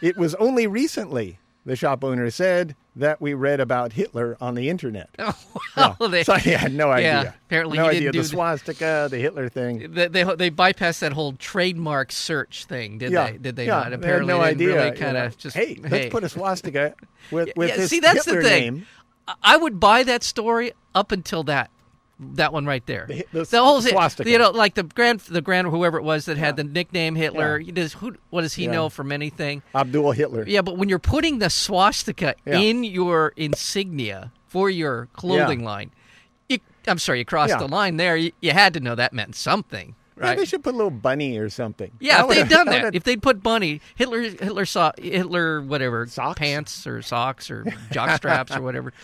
Speaker 1: it was only recently, the shop owner said, that we read about Hitler on the internet.
Speaker 2: Oh,
Speaker 1: Yeah.
Speaker 2: well, they,
Speaker 1: so I had no idea.
Speaker 2: yeah, apparently
Speaker 1: no
Speaker 2: you
Speaker 1: idea.
Speaker 2: didn't
Speaker 1: the
Speaker 2: do the-
Speaker 1: swastika, the Hitler thing.
Speaker 2: they, they they bypassed that whole trademark search thing, did
Speaker 1: yeah,
Speaker 2: they? Did they
Speaker 1: yeah,
Speaker 2: not? Apparently,
Speaker 1: had no
Speaker 2: they
Speaker 1: idea.
Speaker 2: really
Speaker 1: you
Speaker 2: kind
Speaker 1: know.
Speaker 2: of just
Speaker 1: hey, let's put a swastika with with
Speaker 2: yeah,
Speaker 1: this
Speaker 2: see, that's
Speaker 1: Hitler
Speaker 2: the thing.
Speaker 1: name.
Speaker 2: I- I would buy that story up until that that one right there.
Speaker 1: Hit- the
Speaker 2: whole
Speaker 1: swastika.
Speaker 2: you know, like the grand the grand whoever it was that had the nickname Hitler.
Speaker 1: Yeah.
Speaker 2: he Does who? What does he
Speaker 1: Yeah.
Speaker 2: know from anything?
Speaker 1: Abdul Hitler.
Speaker 2: Yeah, but when you're putting the swastika
Speaker 1: Yeah.
Speaker 2: in your insignia for your clothing line, you, I'm sorry, you crossed
Speaker 1: Yeah.
Speaker 2: the line there. You, you had to know that meant something,
Speaker 1: Maybe
Speaker 2: right?
Speaker 1: they should put a little bunny or something. I
Speaker 2: Yeah, if they'd
Speaker 1: would've-
Speaker 2: done
Speaker 1: I
Speaker 2: that,
Speaker 1: would've-
Speaker 2: if they'd put bunny Hitler, Hitler saw Hitler whatever
Speaker 1: Socks?
Speaker 2: pants or socks or jock straps or whatever,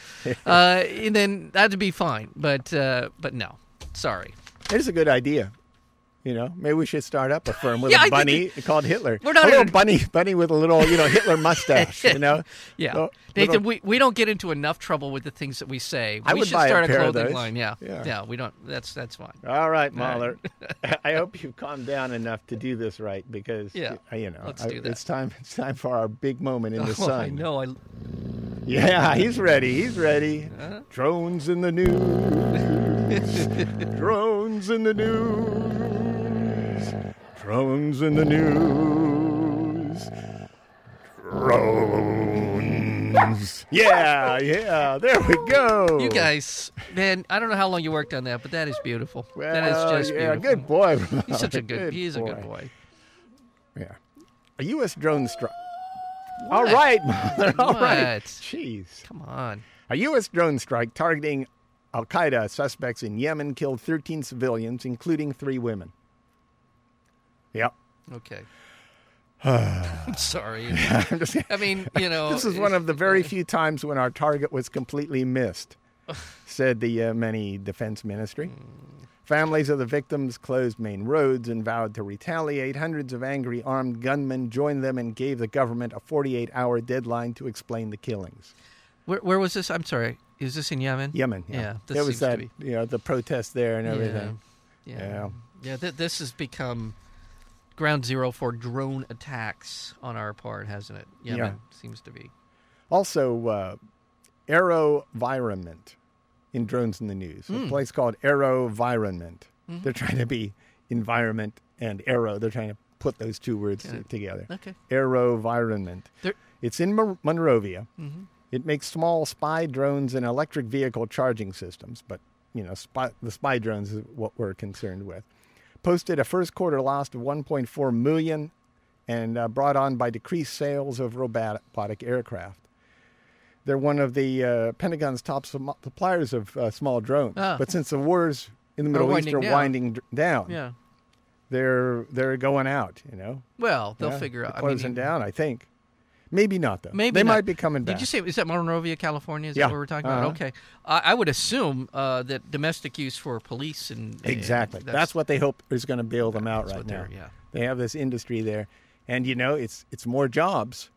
Speaker 2: uh, and then that'd be fine. But uh, but no, sorry,
Speaker 1: There's a good idea. You know, maybe we should start up a firm with
Speaker 2: Yeah,
Speaker 1: a
Speaker 2: I think
Speaker 1: bunny called Hitler.
Speaker 2: We're not
Speaker 1: a little
Speaker 2: gonna-
Speaker 1: bunny, bunny with a little, you know, Hitler mustache. You know,
Speaker 2: yeah.
Speaker 1: Little-
Speaker 2: Nathan,
Speaker 1: little-
Speaker 2: we, we don't get into enough trouble with the things that we say.
Speaker 1: I
Speaker 2: we
Speaker 1: would
Speaker 2: should
Speaker 1: buy a
Speaker 2: start a,
Speaker 1: pair of
Speaker 2: clothing
Speaker 1: those.
Speaker 2: line. Yeah.
Speaker 1: Yeah.
Speaker 2: we don't. That's that's fine.
Speaker 1: All right, Mahler. I hope you've calmed down enough to do this right because
Speaker 2: Yeah,
Speaker 1: y- you know
Speaker 2: let's
Speaker 1: I-
Speaker 2: do that.
Speaker 1: it's time. It's time for our big moment in the
Speaker 2: Oh,
Speaker 1: sun.
Speaker 2: I know. I
Speaker 1: Yeah, he's ready. He's ready. Drones in the news. Drones in the news. Drones in the news. Drones. Yeah, yeah. There we go.
Speaker 2: you guys, man, I don't know how long you worked on that, but that is beautiful.
Speaker 1: Well,
Speaker 2: that is just
Speaker 1: yeah,
Speaker 2: beautiful.
Speaker 1: good boy.
Speaker 2: He's such a good. he's a good boy.
Speaker 1: Yeah. A U.S. drone strike.
Speaker 2: What?
Speaker 1: All right, mother. All right.
Speaker 2: What?
Speaker 1: Jeez.
Speaker 2: Come on.
Speaker 1: A U.S. drone strike targeting Al Qaeda suspects in Yemen killed 13 civilians, including three women. Yep.
Speaker 2: Okay. I'm sorry.
Speaker 1: I'm just
Speaker 2: I mean, you know,
Speaker 1: This is one of the very few times when our target was completely missed, said the Yemeni Defense Ministry.
Speaker 2: Hmm.
Speaker 1: Families of the victims closed main roads and vowed to retaliate. Hundreds of angry armed gunmen joined them and gave the government a 48 hour deadline to explain the killings.
Speaker 2: where, where was this? I'm sorry. Is this in Yemen?
Speaker 1: Yemen. Yeah.
Speaker 2: Yeah, this
Speaker 1: there was
Speaker 2: seems to
Speaker 1: that,
Speaker 2: be-
Speaker 1: you know, the protest there and everything.
Speaker 2: Yeah.
Speaker 1: Yeah.
Speaker 2: Yeah. Yeah, th- this has become ground zero for drone attacks on our part, hasn't it? Yemen seems to be.
Speaker 1: Also, uh, Aerovironment in Drones in the News, a place called Aerovironment. They're trying to be environment and aero. They're trying to put those two words
Speaker 2: Yeah.
Speaker 1: together.
Speaker 2: Okay.
Speaker 1: Aerovironment.
Speaker 2: There,
Speaker 1: It's in Mon- Monrovia.
Speaker 2: Mm-hmm.
Speaker 1: It makes small spy drones and electric vehicle charging systems, but you know, spy, the spy drones is what we're concerned with. Posted a first quarter loss of 1.4 million, and uh, brought on by decreased sales of robotic aircraft. They're one of the uh, Pentagon's top sum- suppliers of uh, small drones,
Speaker 2: Ah.
Speaker 1: but since the wars in the Middle East
Speaker 2: winding
Speaker 1: are
Speaker 2: down.
Speaker 1: winding d- down,
Speaker 2: yeah.
Speaker 1: they're they're going out. You know,
Speaker 2: Well, they'll
Speaker 1: Yeah,
Speaker 2: figure
Speaker 1: they're
Speaker 2: out. I mean,
Speaker 1: Closing down, I think. Maybe not though.
Speaker 2: Maybe
Speaker 1: they
Speaker 2: not.
Speaker 1: might be coming back.
Speaker 2: Did you say is that Monrovia, California? Is
Speaker 1: Yeah.
Speaker 2: that what we're talking about?
Speaker 1: Uh-huh.
Speaker 2: Okay, I, I would assume uh, that domestic use for police and and
Speaker 1: Exactly. that's, what they hope is going to bail them out
Speaker 2: that's
Speaker 1: right
Speaker 2: what
Speaker 1: now.
Speaker 2: they're- yeah.
Speaker 1: They have this industry there, and you know it's it's more jobs,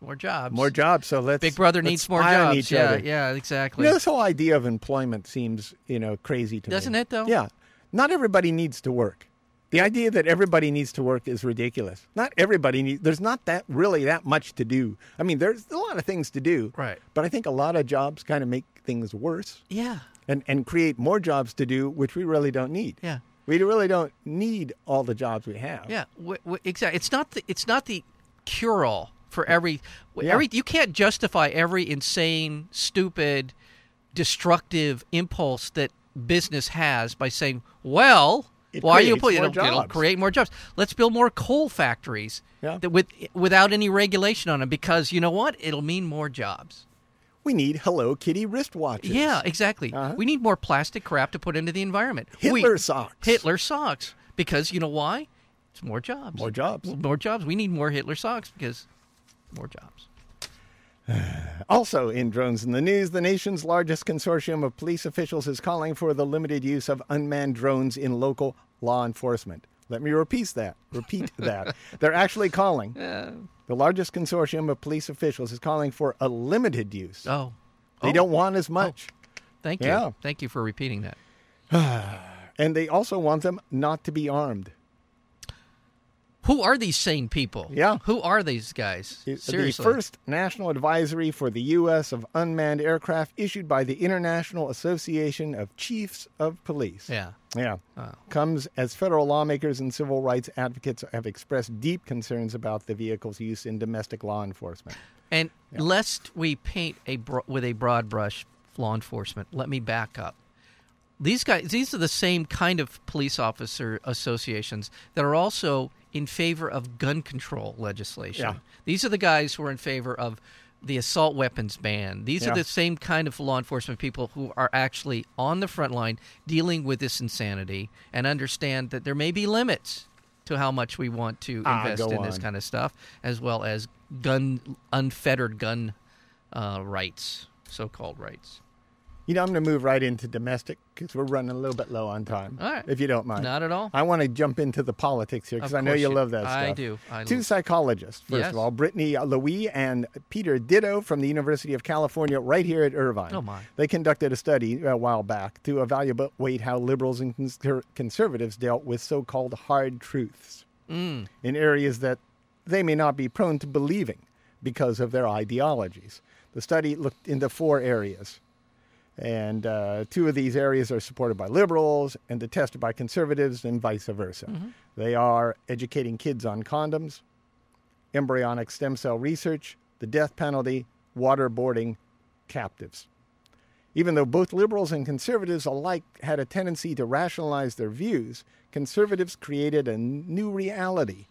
Speaker 2: more jobs.
Speaker 1: more jobs. So let's
Speaker 2: Big Brother
Speaker 1: let's
Speaker 2: needs more
Speaker 1: spy on
Speaker 2: jobs.
Speaker 1: each
Speaker 2: yeah,
Speaker 1: other.
Speaker 2: yeah, exactly.
Speaker 1: You know, this whole idea of employment seems you know crazy to
Speaker 2: Doesn't
Speaker 1: me.
Speaker 2: it, though?
Speaker 1: Yeah. Not everybody needs to work. The idea that everybody needs to work is ridiculous. Not everybody needs. There's not that really that much to do. I mean, there's a lot of things to do.
Speaker 2: Right.
Speaker 1: But I think a lot of jobs kind of make things worse.
Speaker 2: Yeah,
Speaker 1: and, and create more jobs to do, which we really don't need.
Speaker 2: Yeah.
Speaker 1: We really don't need all the jobs we have.
Speaker 2: yeah, w- w- exactly. It's not the it's not the cure all for every
Speaker 1: Yeah.
Speaker 2: every. You can't justify every insane, stupid, destructive impulse that business has by saying, "Well,
Speaker 1: It
Speaker 2: why are
Speaker 1: creates
Speaker 2: you employing?
Speaker 1: more
Speaker 2: It'll, it'll
Speaker 1: jobs."
Speaker 2: create more jobs. Let's build more coal factories
Speaker 1: Yeah.
Speaker 2: that with without any regulation on them because you know what? It'll mean more jobs."
Speaker 1: We need Hello Kitty wristwatches.
Speaker 2: Yeah, exactly.
Speaker 1: Uh-huh.
Speaker 2: We need more plastic crap to put into the environment. We-
Speaker 1: Hitler socks.
Speaker 2: Hitler socks. Because you know why? It's more jobs.
Speaker 1: More jobs.
Speaker 2: More jobs. We need more Hitler socks because more jobs.
Speaker 1: Also, in Drones in the News, the nation's largest consortium of police officials is calling for the limited use of unmanned drones in local law enforcement. Let me repeat that. Repeat that. They're actually calling. The largest consortium of police officials is calling for a limited use.
Speaker 2: Oh.
Speaker 1: They
Speaker 2: Oh,
Speaker 1: don't want as much.
Speaker 2: Thank you.
Speaker 1: Yeah.
Speaker 2: Thank you for repeating that.
Speaker 1: And they also want them not to be armed.
Speaker 2: Who are these sane people?
Speaker 1: Yeah.
Speaker 2: Who are these guys?
Speaker 1: It's
Speaker 2: Seriously.
Speaker 1: The first national advisory for the U.S. of unmanned aircraft issued by the International Association of Chiefs of Police.
Speaker 2: Yeah. Oh.
Speaker 1: Yeah. Comes as federal lawmakers and civil rights advocates have expressed deep concerns about the vehicle's use in domestic law enforcement.
Speaker 2: And lest we paint a bro- with a broad brush law enforcement, let me back up. These guys, these are the same kind of police officer associations that are also in favor of gun control legislation.
Speaker 1: Yeah.
Speaker 2: These are the guys who are in favor of the assault weapons ban. These
Speaker 1: Yeah.
Speaker 2: are the same kind of law enforcement people who are actually on the front line dealing with this insanity and understand that there may be limits to how much we want to
Speaker 1: Ah,
Speaker 2: invest
Speaker 1: go
Speaker 2: in this
Speaker 1: on.
Speaker 2: kind of stuff, as well as gun unfettered gun uh, rights, so-called rights.
Speaker 1: You know, I'm going to move right into domestic because we're running a little bit low on time.
Speaker 2: All right.
Speaker 1: If you don't mind.
Speaker 2: Not at all.
Speaker 1: I want to jump into the politics here because
Speaker 2: Of
Speaker 1: I know
Speaker 2: course
Speaker 1: you
Speaker 2: you-
Speaker 1: love that stuff.
Speaker 2: I do. I
Speaker 1: Two
Speaker 2: love-
Speaker 1: psychologists, first
Speaker 2: Yes.
Speaker 1: of all, Brittany Louis and Peter Ditto from the University of California, right here at Irvine.
Speaker 2: Oh, my.
Speaker 1: They conducted a study uh, a while back to evaluate how liberals and conser- conservatives dealt with so called hard truths
Speaker 2: Mm.
Speaker 1: in areas that they may not be prone to believing because of their ideologies. The study looked into four areas. And uh, two of these areas are supported by liberals and detested by conservatives, and vice versa.
Speaker 2: Mm-hmm.
Speaker 1: They are educating kids on condoms, embryonic stem cell research, the death penalty, waterboarding, captives. Even though both liberals and conservatives alike had a tendency to rationalize their views, conservatives created a n- new reality.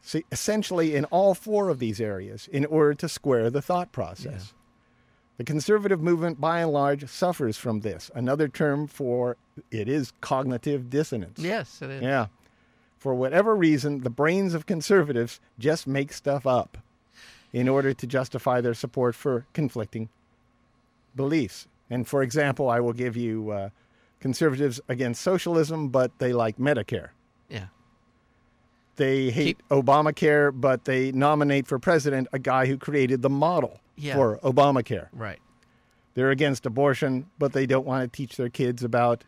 Speaker 1: See, essentially, in all four of these areas, in order to square the thought process. The conservative movement, by and large, suffers from this. Another term for it is cognitive dissonance.
Speaker 2: Yes, it is.
Speaker 1: Yeah. for whatever reason, the brains of conservatives just make stuff up in order to justify their support for conflicting beliefs. And for example, I will give you uh, conservatives against socialism, but they like Medicare.
Speaker 2: Yeah.
Speaker 1: They hate Obamacare, but they nominate for president a guy who created the model
Speaker 2: Yeah.
Speaker 1: for Obamacare.
Speaker 2: Right.
Speaker 1: They're against abortion, but they don't want to teach their kids about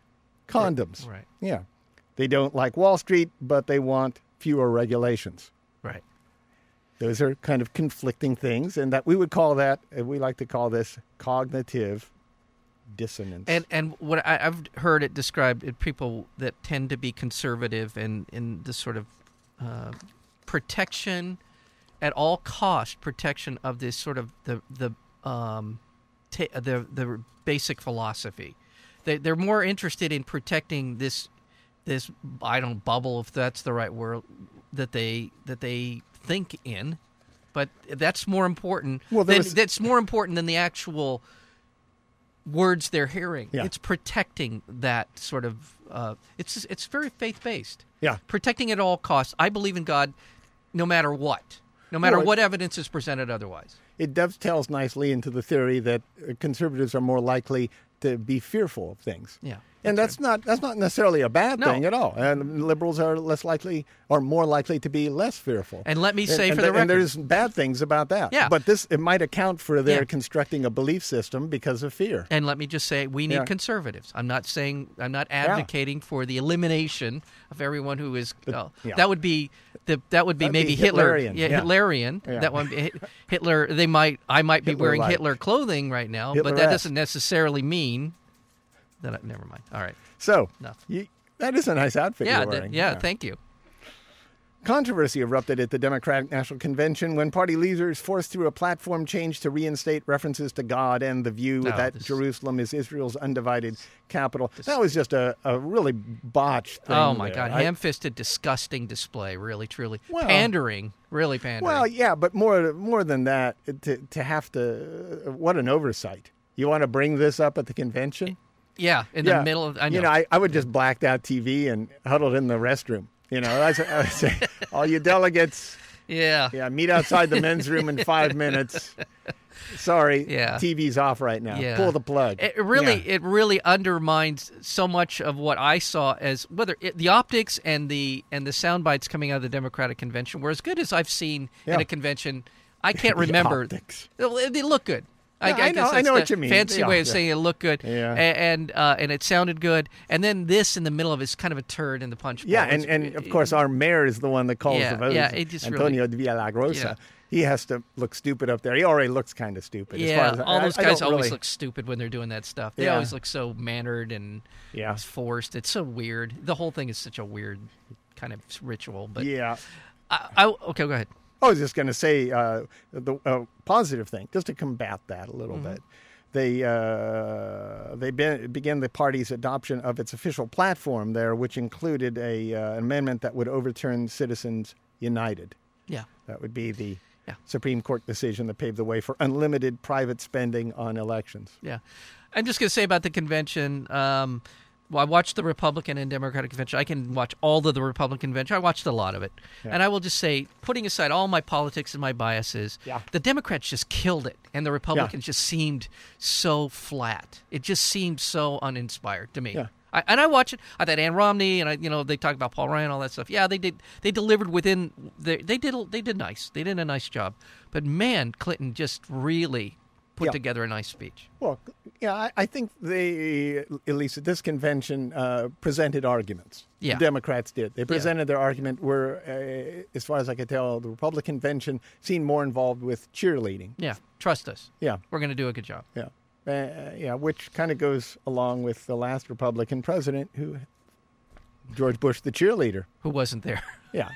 Speaker 1: condoms.
Speaker 2: Right.
Speaker 1: Yeah. They don't like Wall Street, but they want fewer regulations.
Speaker 2: Right.
Speaker 1: Those are kind of conflicting things, and that we would call that, and we like to call this cognitive dissonance.
Speaker 2: And and what I, I've heard it described it people that tend to be conservative and in this sort of uh, protection at all cost protection of this sort of the the um, ta- the the basic philosophy. They they're more interested in protecting this this I don't bubble if that's the right word that they that they think in, but that's more important.
Speaker 1: Well, there
Speaker 2: than,
Speaker 1: was-
Speaker 2: that's more important than the actual words they're hearing.
Speaker 1: Yeah.
Speaker 2: It's protecting that sort of. Uh, it's it's very faith based.
Speaker 1: Yeah.
Speaker 2: protecting at all costs. I believe in God, no matter what, no matter
Speaker 1: Well, it-
Speaker 2: what evidence is presented otherwise.
Speaker 1: it dovetails nicely into the theory that uh, conservatives are more likely to be fearful of things.
Speaker 2: Yeah,
Speaker 1: and that's not that's not necessarily a bad
Speaker 2: No.
Speaker 1: thing at all. And liberals are less likely, are more likely to be less fearful.
Speaker 2: And let me say
Speaker 1: and,
Speaker 2: for the
Speaker 1: and
Speaker 2: record-
Speaker 1: there's bad things about that.
Speaker 2: Yeah.
Speaker 1: but this it might account for their
Speaker 2: Yeah.
Speaker 1: constructing a belief system because of fear.
Speaker 2: And let me just say, we need
Speaker 1: Yeah.
Speaker 2: conservatives. I'm not saying I'm not advocating for the elimination of everyone who is. uh,
Speaker 1: yeah.
Speaker 2: That would be the that would be
Speaker 1: That'd be
Speaker 2: maybe Hitler.
Speaker 1: Hitlerian,
Speaker 2: Yeah,
Speaker 1: yeah.
Speaker 2: Hitlerian.
Speaker 1: Yeah.
Speaker 2: That one, Hit- Hitler. They might. I might be wearing
Speaker 1: Hitler-like.
Speaker 2: Hitler clothing right now, but that
Speaker 1: Hitler-esque.
Speaker 2: doesn't necessarily mean that. I, never mind. All right.
Speaker 1: So
Speaker 2: No.
Speaker 1: you, that is a nice outfit.
Speaker 2: Yeah.
Speaker 1: you're
Speaker 2: that-
Speaker 1: wearing.
Speaker 2: yeah. Thank you.
Speaker 1: Controversy erupted at the Democratic National Convention when party leaders forced through a platform change to reinstate references to God and the view
Speaker 2: No,
Speaker 1: that
Speaker 2: this-
Speaker 1: Jerusalem is Israel's undivided capital. That was just a, a really botched thing.
Speaker 2: Oh my
Speaker 1: there.
Speaker 2: God.
Speaker 1: I-
Speaker 2: Ham-fisted, disgusting display. Really, truly
Speaker 1: Well-
Speaker 2: pandering. Really pandering.
Speaker 1: well, yeah, but more more than that, to to have to what an oversight. You want to bring this up at the convention?
Speaker 2: yeah. In the middle of. I know.
Speaker 1: You know, I, I would just blacked out TV and huddled in the restroom. You know, that's, that's all you delegates.
Speaker 2: yeah.
Speaker 1: Yeah, meet outside the men's room in five minutes. Sorry,
Speaker 2: Yeah.
Speaker 1: TV's off right now.
Speaker 2: Yeah.
Speaker 1: Pull the plug.
Speaker 2: It it really,
Speaker 1: Yeah.
Speaker 2: it really undermines so much of what I saw as whether it, the optics and the and the sound bites coming out of the Democratic convention were as good as I've seen
Speaker 1: Yeah.
Speaker 2: in a convention. I can't remember.
Speaker 1: optics.
Speaker 2: They they look good.
Speaker 1: Yeah, I know-
Speaker 2: guess
Speaker 1: I
Speaker 2: that's
Speaker 1: know
Speaker 2: the
Speaker 1: what you mean.
Speaker 2: Fancy
Speaker 1: Yeah,
Speaker 2: way of
Speaker 1: yeah.
Speaker 2: saying it looked good,
Speaker 1: Yeah.
Speaker 2: A- and uh, and it sounded good. And then this in the middle of it's kind of a turd in the punch bowl.
Speaker 1: yeah, and,
Speaker 2: It's-
Speaker 1: and of course our mayor is the one that calls
Speaker 2: Yeah,
Speaker 1: the votes.
Speaker 2: yeah, it just really-
Speaker 1: Antonio de Villagrosa.
Speaker 2: Yeah.
Speaker 1: He has to look stupid up there. He already looks kind of stupid. as
Speaker 2: yeah,
Speaker 1: far as,
Speaker 2: all
Speaker 1: I-
Speaker 2: those
Speaker 1: I
Speaker 2: guys
Speaker 1: don't
Speaker 2: always
Speaker 1: really-
Speaker 2: look stupid when they're doing that stuff. They
Speaker 1: Yeah.
Speaker 2: always look so mannered and
Speaker 1: Yeah.
Speaker 2: it's forced. It's so weird. The whole thing is such a weird kind of ritual. But
Speaker 1: Yeah.
Speaker 2: I, I, okay, go ahead.
Speaker 1: I was just going to say uh, the uh, positive thing, just to combat that a little bit. They uh, they be- began the party's adoption of its official platform there, which included a uh, amendment that would overturn Citizens United.
Speaker 2: Yeah,
Speaker 1: That would be the
Speaker 2: Yeah.
Speaker 1: Supreme Court decision that paved the way for unlimited private spending on elections.
Speaker 2: yeah. I'm just gonna say about the convention. Um, well, I watched the Republican and Democratic convention. I can watch all of the Republican convention. I watched a lot of it, and I will just say, putting aside all my politics and my biases,
Speaker 1: Yeah.
Speaker 2: the Democrats just killed it, and the Republicans just seemed so flat. It just seemed so uninspired to me.
Speaker 1: Yeah.
Speaker 2: I, and I watch it. I thought Ann Romney and I, you know, they talk about Paul Ryan, all that stuff. Yeah, they did. They delivered within. They, they did. They did nice. They did a nice job. But man, Clinton just really put
Speaker 1: Yeah.
Speaker 2: together a nice speech.
Speaker 1: Well, yeah, I, I think they, at least at this convention, uh, presented arguments.
Speaker 2: Yeah.
Speaker 1: The Democrats did. They presented their argument. Were, uh, as far as I could tell, the Republican convention seemed more involved with cheerleading.
Speaker 2: Yeah, trust us.
Speaker 1: Yeah,
Speaker 2: We're going to do a good job.
Speaker 1: yeah, uh, yeah. Which kind of goes along with the last Republican president, who George Bush, the cheerleader.
Speaker 2: Who wasn't there?
Speaker 1: Yeah.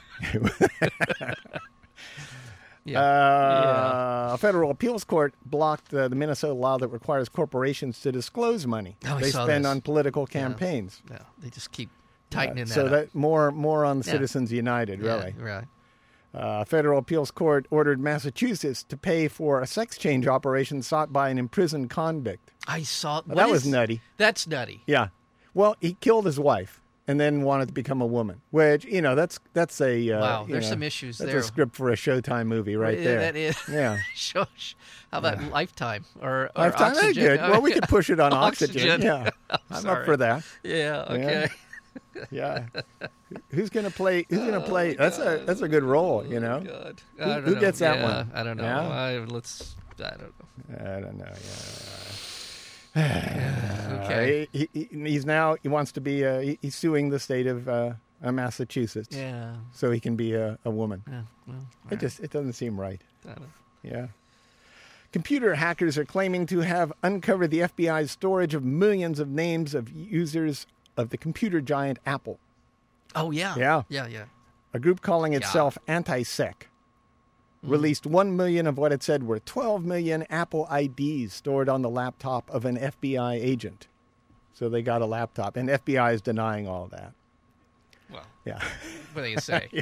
Speaker 2: Yeah.
Speaker 1: Uh, A federal appeals court blocked uh, the Minnesota law that requires corporations to disclose money
Speaker 2: Oh, I
Speaker 1: they
Speaker 2: saw
Speaker 1: spend
Speaker 2: this.
Speaker 1: on political campaigns.
Speaker 2: yeah, they just keep tightening that
Speaker 1: so
Speaker 2: up.
Speaker 1: that more more on
Speaker 2: Yeah.
Speaker 1: Citizens United,
Speaker 2: Yeah,
Speaker 1: really.
Speaker 2: right.
Speaker 1: Uh, federal appeals court ordered Massachusetts to pay for a sex change operation sought by an imprisoned convict.
Speaker 2: I saw
Speaker 1: that
Speaker 2: what
Speaker 1: was
Speaker 2: is-
Speaker 1: nutty.
Speaker 2: That's nutty.
Speaker 1: Yeah, well, he killed his wife and then wanted to become a woman, which you know that's that's a uh,
Speaker 2: Wow,
Speaker 1: you
Speaker 2: there's
Speaker 1: know,
Speaker 2: some issues
Speaker 1: that's
Speaker 2: there.
Speaker 1: a script for a Showtime movie right
Speaker 2: Yeah,
Speaker 1: there.
Speaker 2: that is.
Speaker 1: Yeah.
Speaker 2: Shush. How about Lifetime or, or
Speaker 1: Lifetime, eh,
Speaker 2: Oxygen?
Speaker 1: good. Well, we could push it on oxygen.
Speaker 2: Oxygen.
Speaker 1: Yeah,
Speaker 2: I'm
Speaker 1: I'm up
Speaker 2: sorry.
Speaker 1: for that.
Speaker 2: Yeah. Okay.
Speaker 1: Yeah, who's gonna play? Who's
Speaker 2: Oh,
Speaker 1: gonna play? That's a that's a good role, you know.
Speaker 2: God. I
Speaker 1: Who-
Speaker 2: don't
Speaker 1: who
Speaker 2: know.
Speaker 1: gets that
Speaker 2: Yeah,
Speaker 1: one?
Speaker 2: I don't know.
Speaker 1: Yeah?
Speaker 2: I, let's. I don't know.
Speaker 1: I don't know. Yeah.
Speaker 2: Okay.
Speaker 1: Uh, he, he, he's now he wants to be. Uh, he, he's suing the state of uh, uh, Massachusetts,
Speaker 2: yeah.
Speaker 1: so he can be a, a woman.
Speaker 2: Yeah. Well. all
Speaker 1: It
Speaker 2: right.
Speaker 1: just it doesn't seem right.
Speaker 2: I don't know.
Speaker 1: Yeah. Computer hackers are claiming to have uncovered the FBI's storage of millions of names of users of the computer giant Apple,
Speaker 2: Oh yeah.
Speaker 1: Yeah.
Speaker 2: Yeah. Yeah.
Speaker 1: a group calling itself AntiSec.
Speaker 2: Mm-hmm.
Speaker 1: Released 1 million of what it said were 12 million Apple IDs stored on the laptop of an FBI agent. So they got a laptop, and FBI is denying all that.
Speaker 2: Well,
Speaker 1: Yeah.
Speaker 2: what do you say?
Speaker 1: yeah.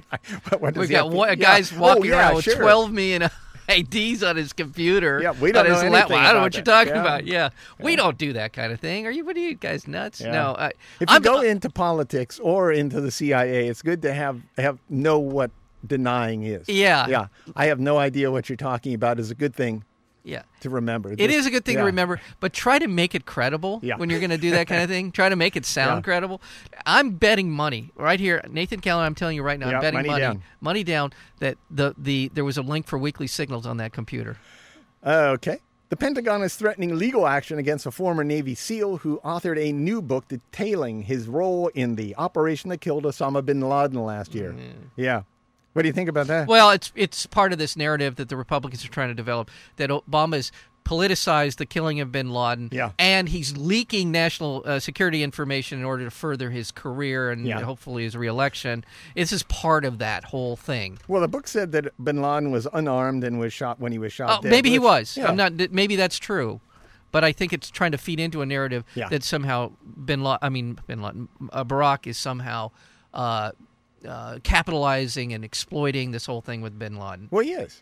Speaker 1: What- what
Speaker 2: We
Speaker 1: does the
Speaker 2: got
Speaker 1: FBI
Speaker 2: one,
Speaker 1: yeah.
Speaker 2: guys
Speaker 1: Oh,
Speaker 2: walking
Speaker 1: yeah,
Speaker 2: around with
Speaker 1: sure.
Speaker 2: twelve million IDs on his computer.
Speaker 1: Yeah, we don't
Speaker 2: on his
Speaker 1: know
Speaker 2: lap-
Speaker 1: anything
Speaker 2: I don't know
Speaker 1: about
Speaker 2: what you're
Speaker 1: that.
Speaker 2: talking
Speaker 1: Yeah.
Speaker 2: about. Yeah. we don't do that kind of thing. Are you? What are you guys nuts?
Speaker 1: Yeah.
Speaker 2: No, I,
Speaker 1: If you
Speaker 2: I'm,
Speaker 1: go into politics or into the CIA, it's good to have have know what denying is.
Speaker 2: Yeah.
Speaker 1: yeah. I have no idea what you're talking about. Is a good thing
Speaker 2: yeah.
Speaker 1: to remember.
Speaker 2: It is a good thing to remember, but try to make it credible
Speaker 1: Yeah.
Speaker 2: when you're going to do that kind of thing. Try to make it sound
Speaker 1: Yeah.
Speaker 2: credible. I'm betting money right here, Nathan Keller. I'm telling you right now,
Speaker 1: Yeah,
Speaker 2: I'm betting
Speaker 1: money
Speaker 2: money,
Speaker 1: down.
Speaker 2: money down that the, the there was a link for weekly signals on that computer.
Speaker 1: Uh, okay. The Pentagon is threatening legal action against a former Navy SEAL who authored a new book detailing his role in the operation that killed Osama bin Laden last year. Yeah. What do you think about that?
Speaker 2: Mm-hmm. Well, it's it's part of this narrative that the Republicans are trying to develop that Obama's politicized the killing of bin Laden,
Speaker 1: Yeah.
Speaker 2: and he's leaking national uh, security information in order to further his career and
Speaker 1: Yeah.
Speaker 2: hopefully his reelection. This is part of that whole thing.
Speaker 1: Well, the book said that bin Laden was unarmed and was shot when he was shot.
Speaker 2: Oh,
Speaker 1: dead,
Speaker 2: maybe he
Speaker 1: which-
Speaker 2: was.
Speaker 1: Yeah.
Speaker 2: I'm not. th- Maybe that's true, but I think it's trying to feed into a narrative
Speaker 1: Yeah.
Speaker 2: that somehow Bin Laden, I mean Bin Laden, uh, Barack is somehow uh, uh, capitalizing and exploiting this whole thing with Bin Laden.
Speaker 1: Well, he is.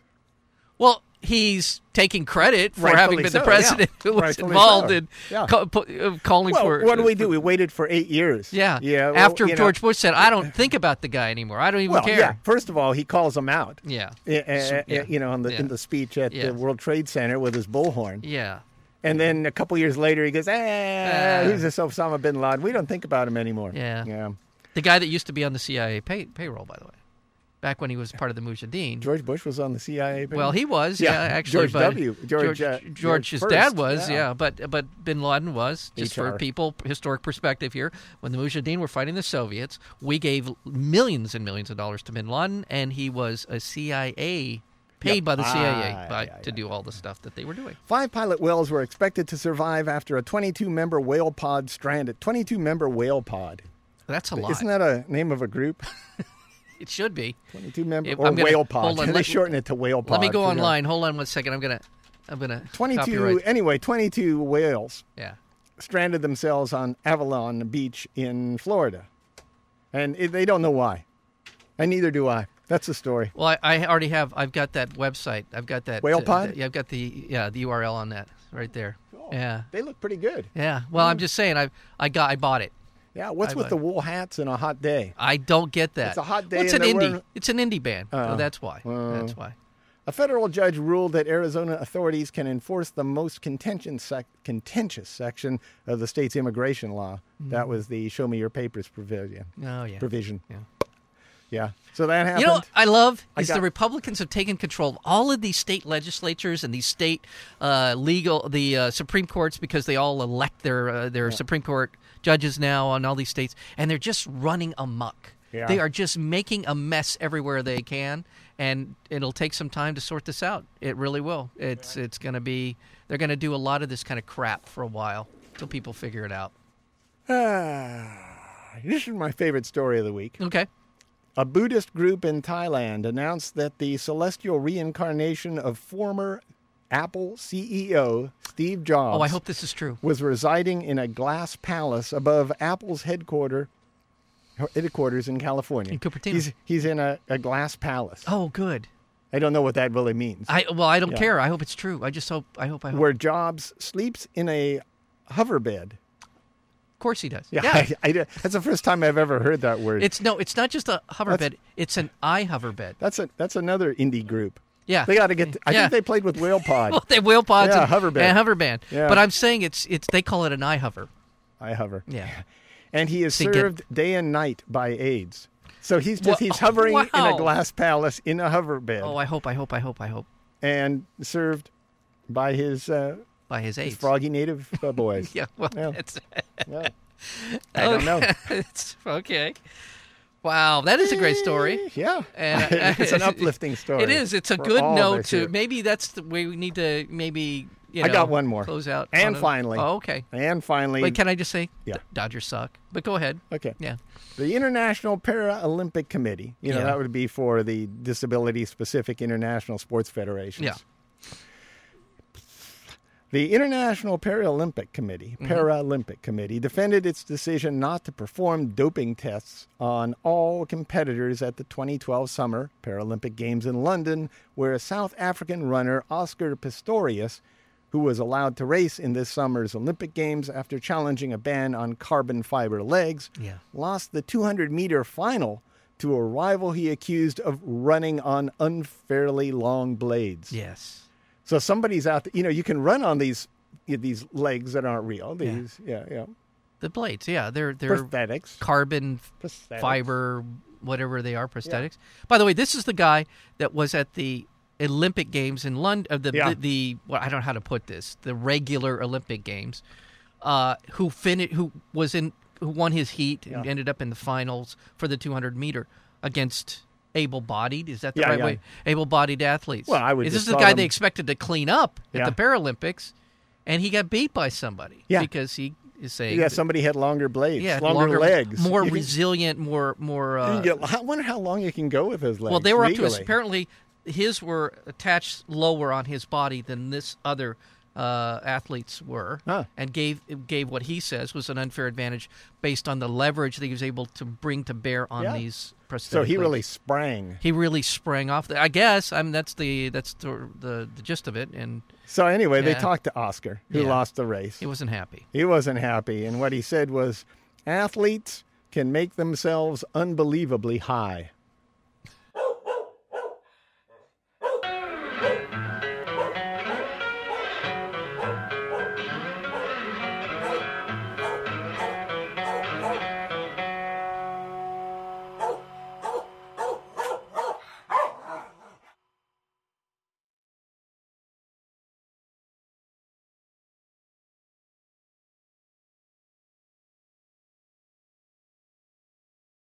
Speaker 2: Well, he's taking credit for
Speaker 1: Rightfully
Speaker 2: having been
Speaker 1: so,
Speaker 2: the president
Speaker 1: yeah.
Speaker 2: who was
Speaker 1: Rightfully
Speaker 2: involved
Speaker 1: so.
Speaker 2: in
Speaker 1: Yeah.
Speaker 2: ca- pu- uh, calling
Speaker 1: Well,
Speaker 2: for.
Speaker 1: what do we do? We waited for eight years.
Speaker 2: Yeah,
Speaker 1: Yeah. well,
Speaker 2: After
Speaker 1: you know-
Speaker 2: George Bush said, "I don't think about the guy anymore. I don't even
Speaker 1: well,
Speaker 2: care."
Speaker 1: yeah. First of all, he calls him out.
Speaker 2: Yeah.
Speaker 1: Eh, eh, eh,
Speaker 2: Yeah.
Speaker 1: You know, on the, in
Speaker 2: Yeah.
Speaker 1: the speech at
Speaker 2: Yeah.
Speaker 1: the World Trade Center with his bullhorn.
Speaker 2: Yeah.
Speaker 1: And then a couple years later, he goes, ah, he's just Osama bin Laden. We don't think about him anymore.
Speaker 2: Yeah.
Speaker 1: Yeah.
Speaker 2: The guy that used to be on the CIA pay- payroll, by the way, back when he was part of the Mujahideen.
Speaker 1: George Bush was on the CIA.
Speaker 2: Well, he was,
Speaker 1: Yeah,
Speaker 2: yeah, actually.
Speaker 1: George
Speaker 2: but
Speaker 1: W. George,
Speaker 2: George,
Speaker 1: uh,
Speaker 2: George's
Speaker 1: George first,
Speaker 2: dad was,
Speaker 1: yeah.
Speaker 2: yeah. But but Bin Laden was just
Speaker 1: HR.
Speaker 2: for people historic perspective here. When the Mujahideen were fighting the Soviets, we gave millions and millions of dollars to Bin Laden, and he was a CIA paid by the
Speaker 1: Ah,
Speaker 2: CIA
Speaker 1: yeah,
Speaker 2: by,
Speaker 1: yeah,
Speaker 2: to do all the stuff that they were doing.
Speaker 1: Five pilot whales were expected to survive after a 22 member whale pod stranded. 22 member whale pod.
Speaker 2: That's a lot.
Speaker 1: Isn't that a name of a group?
Speaker 2: it should be.
Speaker 1: 22 member
Speaker 2: Yeah,
Speaker 1: or
Speaker 2: I'm gonna-
Speaker 1: whale pod.
Speaker 2: hold on,
Speaker 1: they
Speaker 2: let-
Speaker 1: shorten it to whale pod.
Speaker 2: Let me go
Speaker 1: for now.
Speaker 2: online. Hold on one second. I'm gonna I'm gonna
Speaker 1: 22,
Speaker 2: copyright.
Speaker 1: anyway, 22 whales
Speaker 2: Yeah.
Speaker 1: stranded themselves on Avalon Beach in Florida. And it, they don't know why. And neither do I. That's the story.
Speaker 2: Well, I, I already have. I've got that website. I've got that
Speaker 1: Whale
Speaker 2: uh,
Speaker 1: pod?
Speaker 2: yeah, I've got the yeah the URL on that right there. Yeah.
Speaker 1: Oh, They look pretty good.
Speaker 2: Yeah. Well,
Speaker 1: Hmm.
Speaker 2: I'm just saying. I I got. I bought it.
Speaker 1: Yeah, what's
Speaker 2: I
Speaker 1: with
Speaker 2: like-
Speaker 1: the wool hats and a hot day?
Speaker 2: I don't get that.
Speaker 1: It's a hot day
Speaker 2: What's
Speaker 1: and
Speaker 2: an
Speaker 1: they're
Speaker 2: indie?
Speaker 1: wearing-
Speaker 2: It's an indie band. Oh,
Speaker 1: Uh,
Speaker 2: that's why. that's why.
Speaker 1: A federal judge ruled that Arizona authorities can enforce the most contentious, sec- contentious section of the state's immigration law. That was the "Show me your papers" provision.
Speaker 2: Mm-hmm. Oh yeah.
Speaker 1: Provision.
Speaker 2: Yeah.
Speaker 1: Yeah. So that happened.
Speaker 2: You know, what I love is
Speaker 1: got-
Speaker 2: the Republicans have taken control of all of these state legislatures and these state uh, legal, the uh, Supreme Courts, because they all elect their uh, their Supreme Court judges now on all these states, and they're just running amok.
Speaker 1: Yeah.
Speaker 2: They are just making a mess everywhere they can, and it'll take some time to sort this out. It really will. It's it's going to be. They're going to do a lot of this kind of crap for a while until people figure it out.
Speaker 1: Ah, this is my favorite story of the week.
Speaker 2: Okay.
Speaker 1: A Buddhist group in Thailand announced that the celestial reincarnation of former Apple CEO Steve Jobs.
Speaker 2: Oh, I hope this is true.
Speaker 1: was residing in a glass palace above Apple's headquarter, headquarters in California.
Speaker 2: In Cupertino.
Speaker 1: He's, he's in a, a glass palace.
Speaker 2: Oh, good.
Speaker 1: I don't know what that really means.
Speaker 2: I well, I don't care. I hope it's true. I just hope. I hope. I hope.
Speaker 1: Where Jobs sleeps in a hoverbed
Speaker 2: of course he does.
Speaker 1: Yeah, I, I, that's the first time I've ever heard that word.
Speaker 2: It's no, it's not just a hoverbed. It's an eye hoverbed.
Speaker 1: that's a that's another indie group.
Speaker 2: Yeah.
Speaker 1: they got to get. I
Speaker 2: Yeah.
Speaker 1: think they played with Whale Pod.
Speaker 2: Well, they wheel pods
Speaker 1: Yeah,
Speaker 2: and
Speaker 1: hoverband.
Speaker 2: and hoverband.
Speaker 1: Yeah.
Speaker 2: But I'm saying it's it's they call it an eye hover.
Speaker 1: I hover.
Speaker 2: Yeah.
Speaker 1: and he is
Speaker 2: To get-
Speaker 1: served day and night by AIDS. So he's just
Speaker 2: Wha-
Speaker 1: he's hovering in a
Speaker 2: wow.
Speaker 1: glass palace in a hoverbed
Speaker 2: Oh, I hope, I hope, I hope, I hope.
Speaker 1: and served by his uh,
Speaker 2: By his age.
Speaker 1: froggy native uh, boys.
Speaker 2: Yeah. Well,
Speaker 1: Yeah.
Speaker 2: that's
Speaker 1: Yeah. I don't know.
Speaker 2: it's, okay. Wow, that is a great story.
Speaker 1: Yeah,
Speaker 2: And uh,
Speaker 1: it's an uplifting story.
Speaker 2: It is. It's a
Speaker 1: for
Speaker 2: good
Speaker 1: all of
Speaker 2: note
Speaker 1: us
Speaker 2: to
Speaker 1: here.
Speaker 2: maybe that's the way we need to maybe. You
Speaker 1: I
Speaker 2: know,
Speaker 1: got one more.
Speaker 2: Close out.
Speaker 1: And
Speaker 2: on a-
Speaker 1: finally.
Speaker 2: Oh, okay.
Speaker 1: And finally,
Speaker 2: Wait, can I just say?
Speaker 1: Yeah.
Speaker 2: D- Dodgers suck. But go ahead.
Speaker 1: okay,
Speaker 2: Yeah.
Speaker 1: the International Paralympic Committee. You know
Speaker 2: Yeah.
Speaker 1: that would be for the disability-specific international sports federations.
Speaker 2: Yeah.
Speaker 1: The International Paralympic Committee,
Speaker 2: Mm-hmm.
Speaker 1: Paralympic Committee, defended its decision not to perform doping tests on all competitors at the 2012 Summer Paralympic Games in London, where a South African runner, Oscar Pistorius, who was allowed to race in this summer's Olympic Games after challenging a ban on carbon fiber legs,
Speaker 2: Yeah.
Speaker 1: lost the 200 meter final to a rival he accused of running on unfairly long blades.
Speaker 2: Yes.
Speaker 1: So somebody's out. You know, you can run on these these legs that aren't real. These, yeah, yeah,
Speaker 2: The blades. Yeah. They're they're
Speaker 1: prosthetics.
Speaker 2: carbon
Speaker 1: Prosthetics.
Speaker 2: fiber, whatever they are, prosthetics. By the way, this is the guy that was at the Olympic Games in London. Uh, the,
Speaker 1: Yeah.
Speaker 2: the well, I don't know how to put this. The regular Olympic Games. Uh, who fin- Who was in? Who won his heat and
Speaker 1: Yeah.
Speaker 2: ended up in the finals for the 200 meter against able-bodied? Is that the
Speaker 1: Yeah,
Speaker 2: right
Speaker 1: yeah.
Speaker 2: way? Able-bodied athletes.
Speaker 1: Well, I would
Speaker 2: Is
Speaker 1: just
Speaker 2: this the
Speaker 1: call
Speaker 2: guy
Speaker 1: them-
Speaker 2: they expected to clean up at
Speaker 1: Yeah.
Speaker 2: the Paralympics, and he got beat by somebody
Speaker 1: Yeah.
Speaker 2: because he is saying
Speaker 1: Yeah,
Speaker 2: that-
Speaker 1: somebody had longer blades,
Speaker 2: yeah,
Speaker 1: longer, legs,
Speaker 2: more
Speaker 1: You can-
Speaker 2: resilient, more more.
Speaker 1: you
Speaker 2: Uh,
Speaker 1: can get- I wonder how long you can go with those legs.
Speaker 2: well, they were up to
Speaker 1: legally.
Speaker 2: us. Apparently, his were attached lower on his body than this other uh, athletes were,
Speaker 1: Huh.
Speaker 2: and gave gave what he says was an unfair advantage based on the leverage that he was able to bring to bear on
Speaker 1: Yeah.
Speaker 2: these prosthetics.
Speaker 1: So he really sprang.
Speaker 2: he really sprang off. The, I guess I mean that's the that's the the, the gist of it, and
Speaker 1: So anyway, they
Speaker 2: Yeah.
Speaker 1: talked to Oscar, who
Speaker 2: Yeah.
Speaker 1: lost the race.
Speaker 2: he wasn't happy.
Speaker 1: He wasn't happy, and what he said was, "Athletes can make themselves unbelievably high."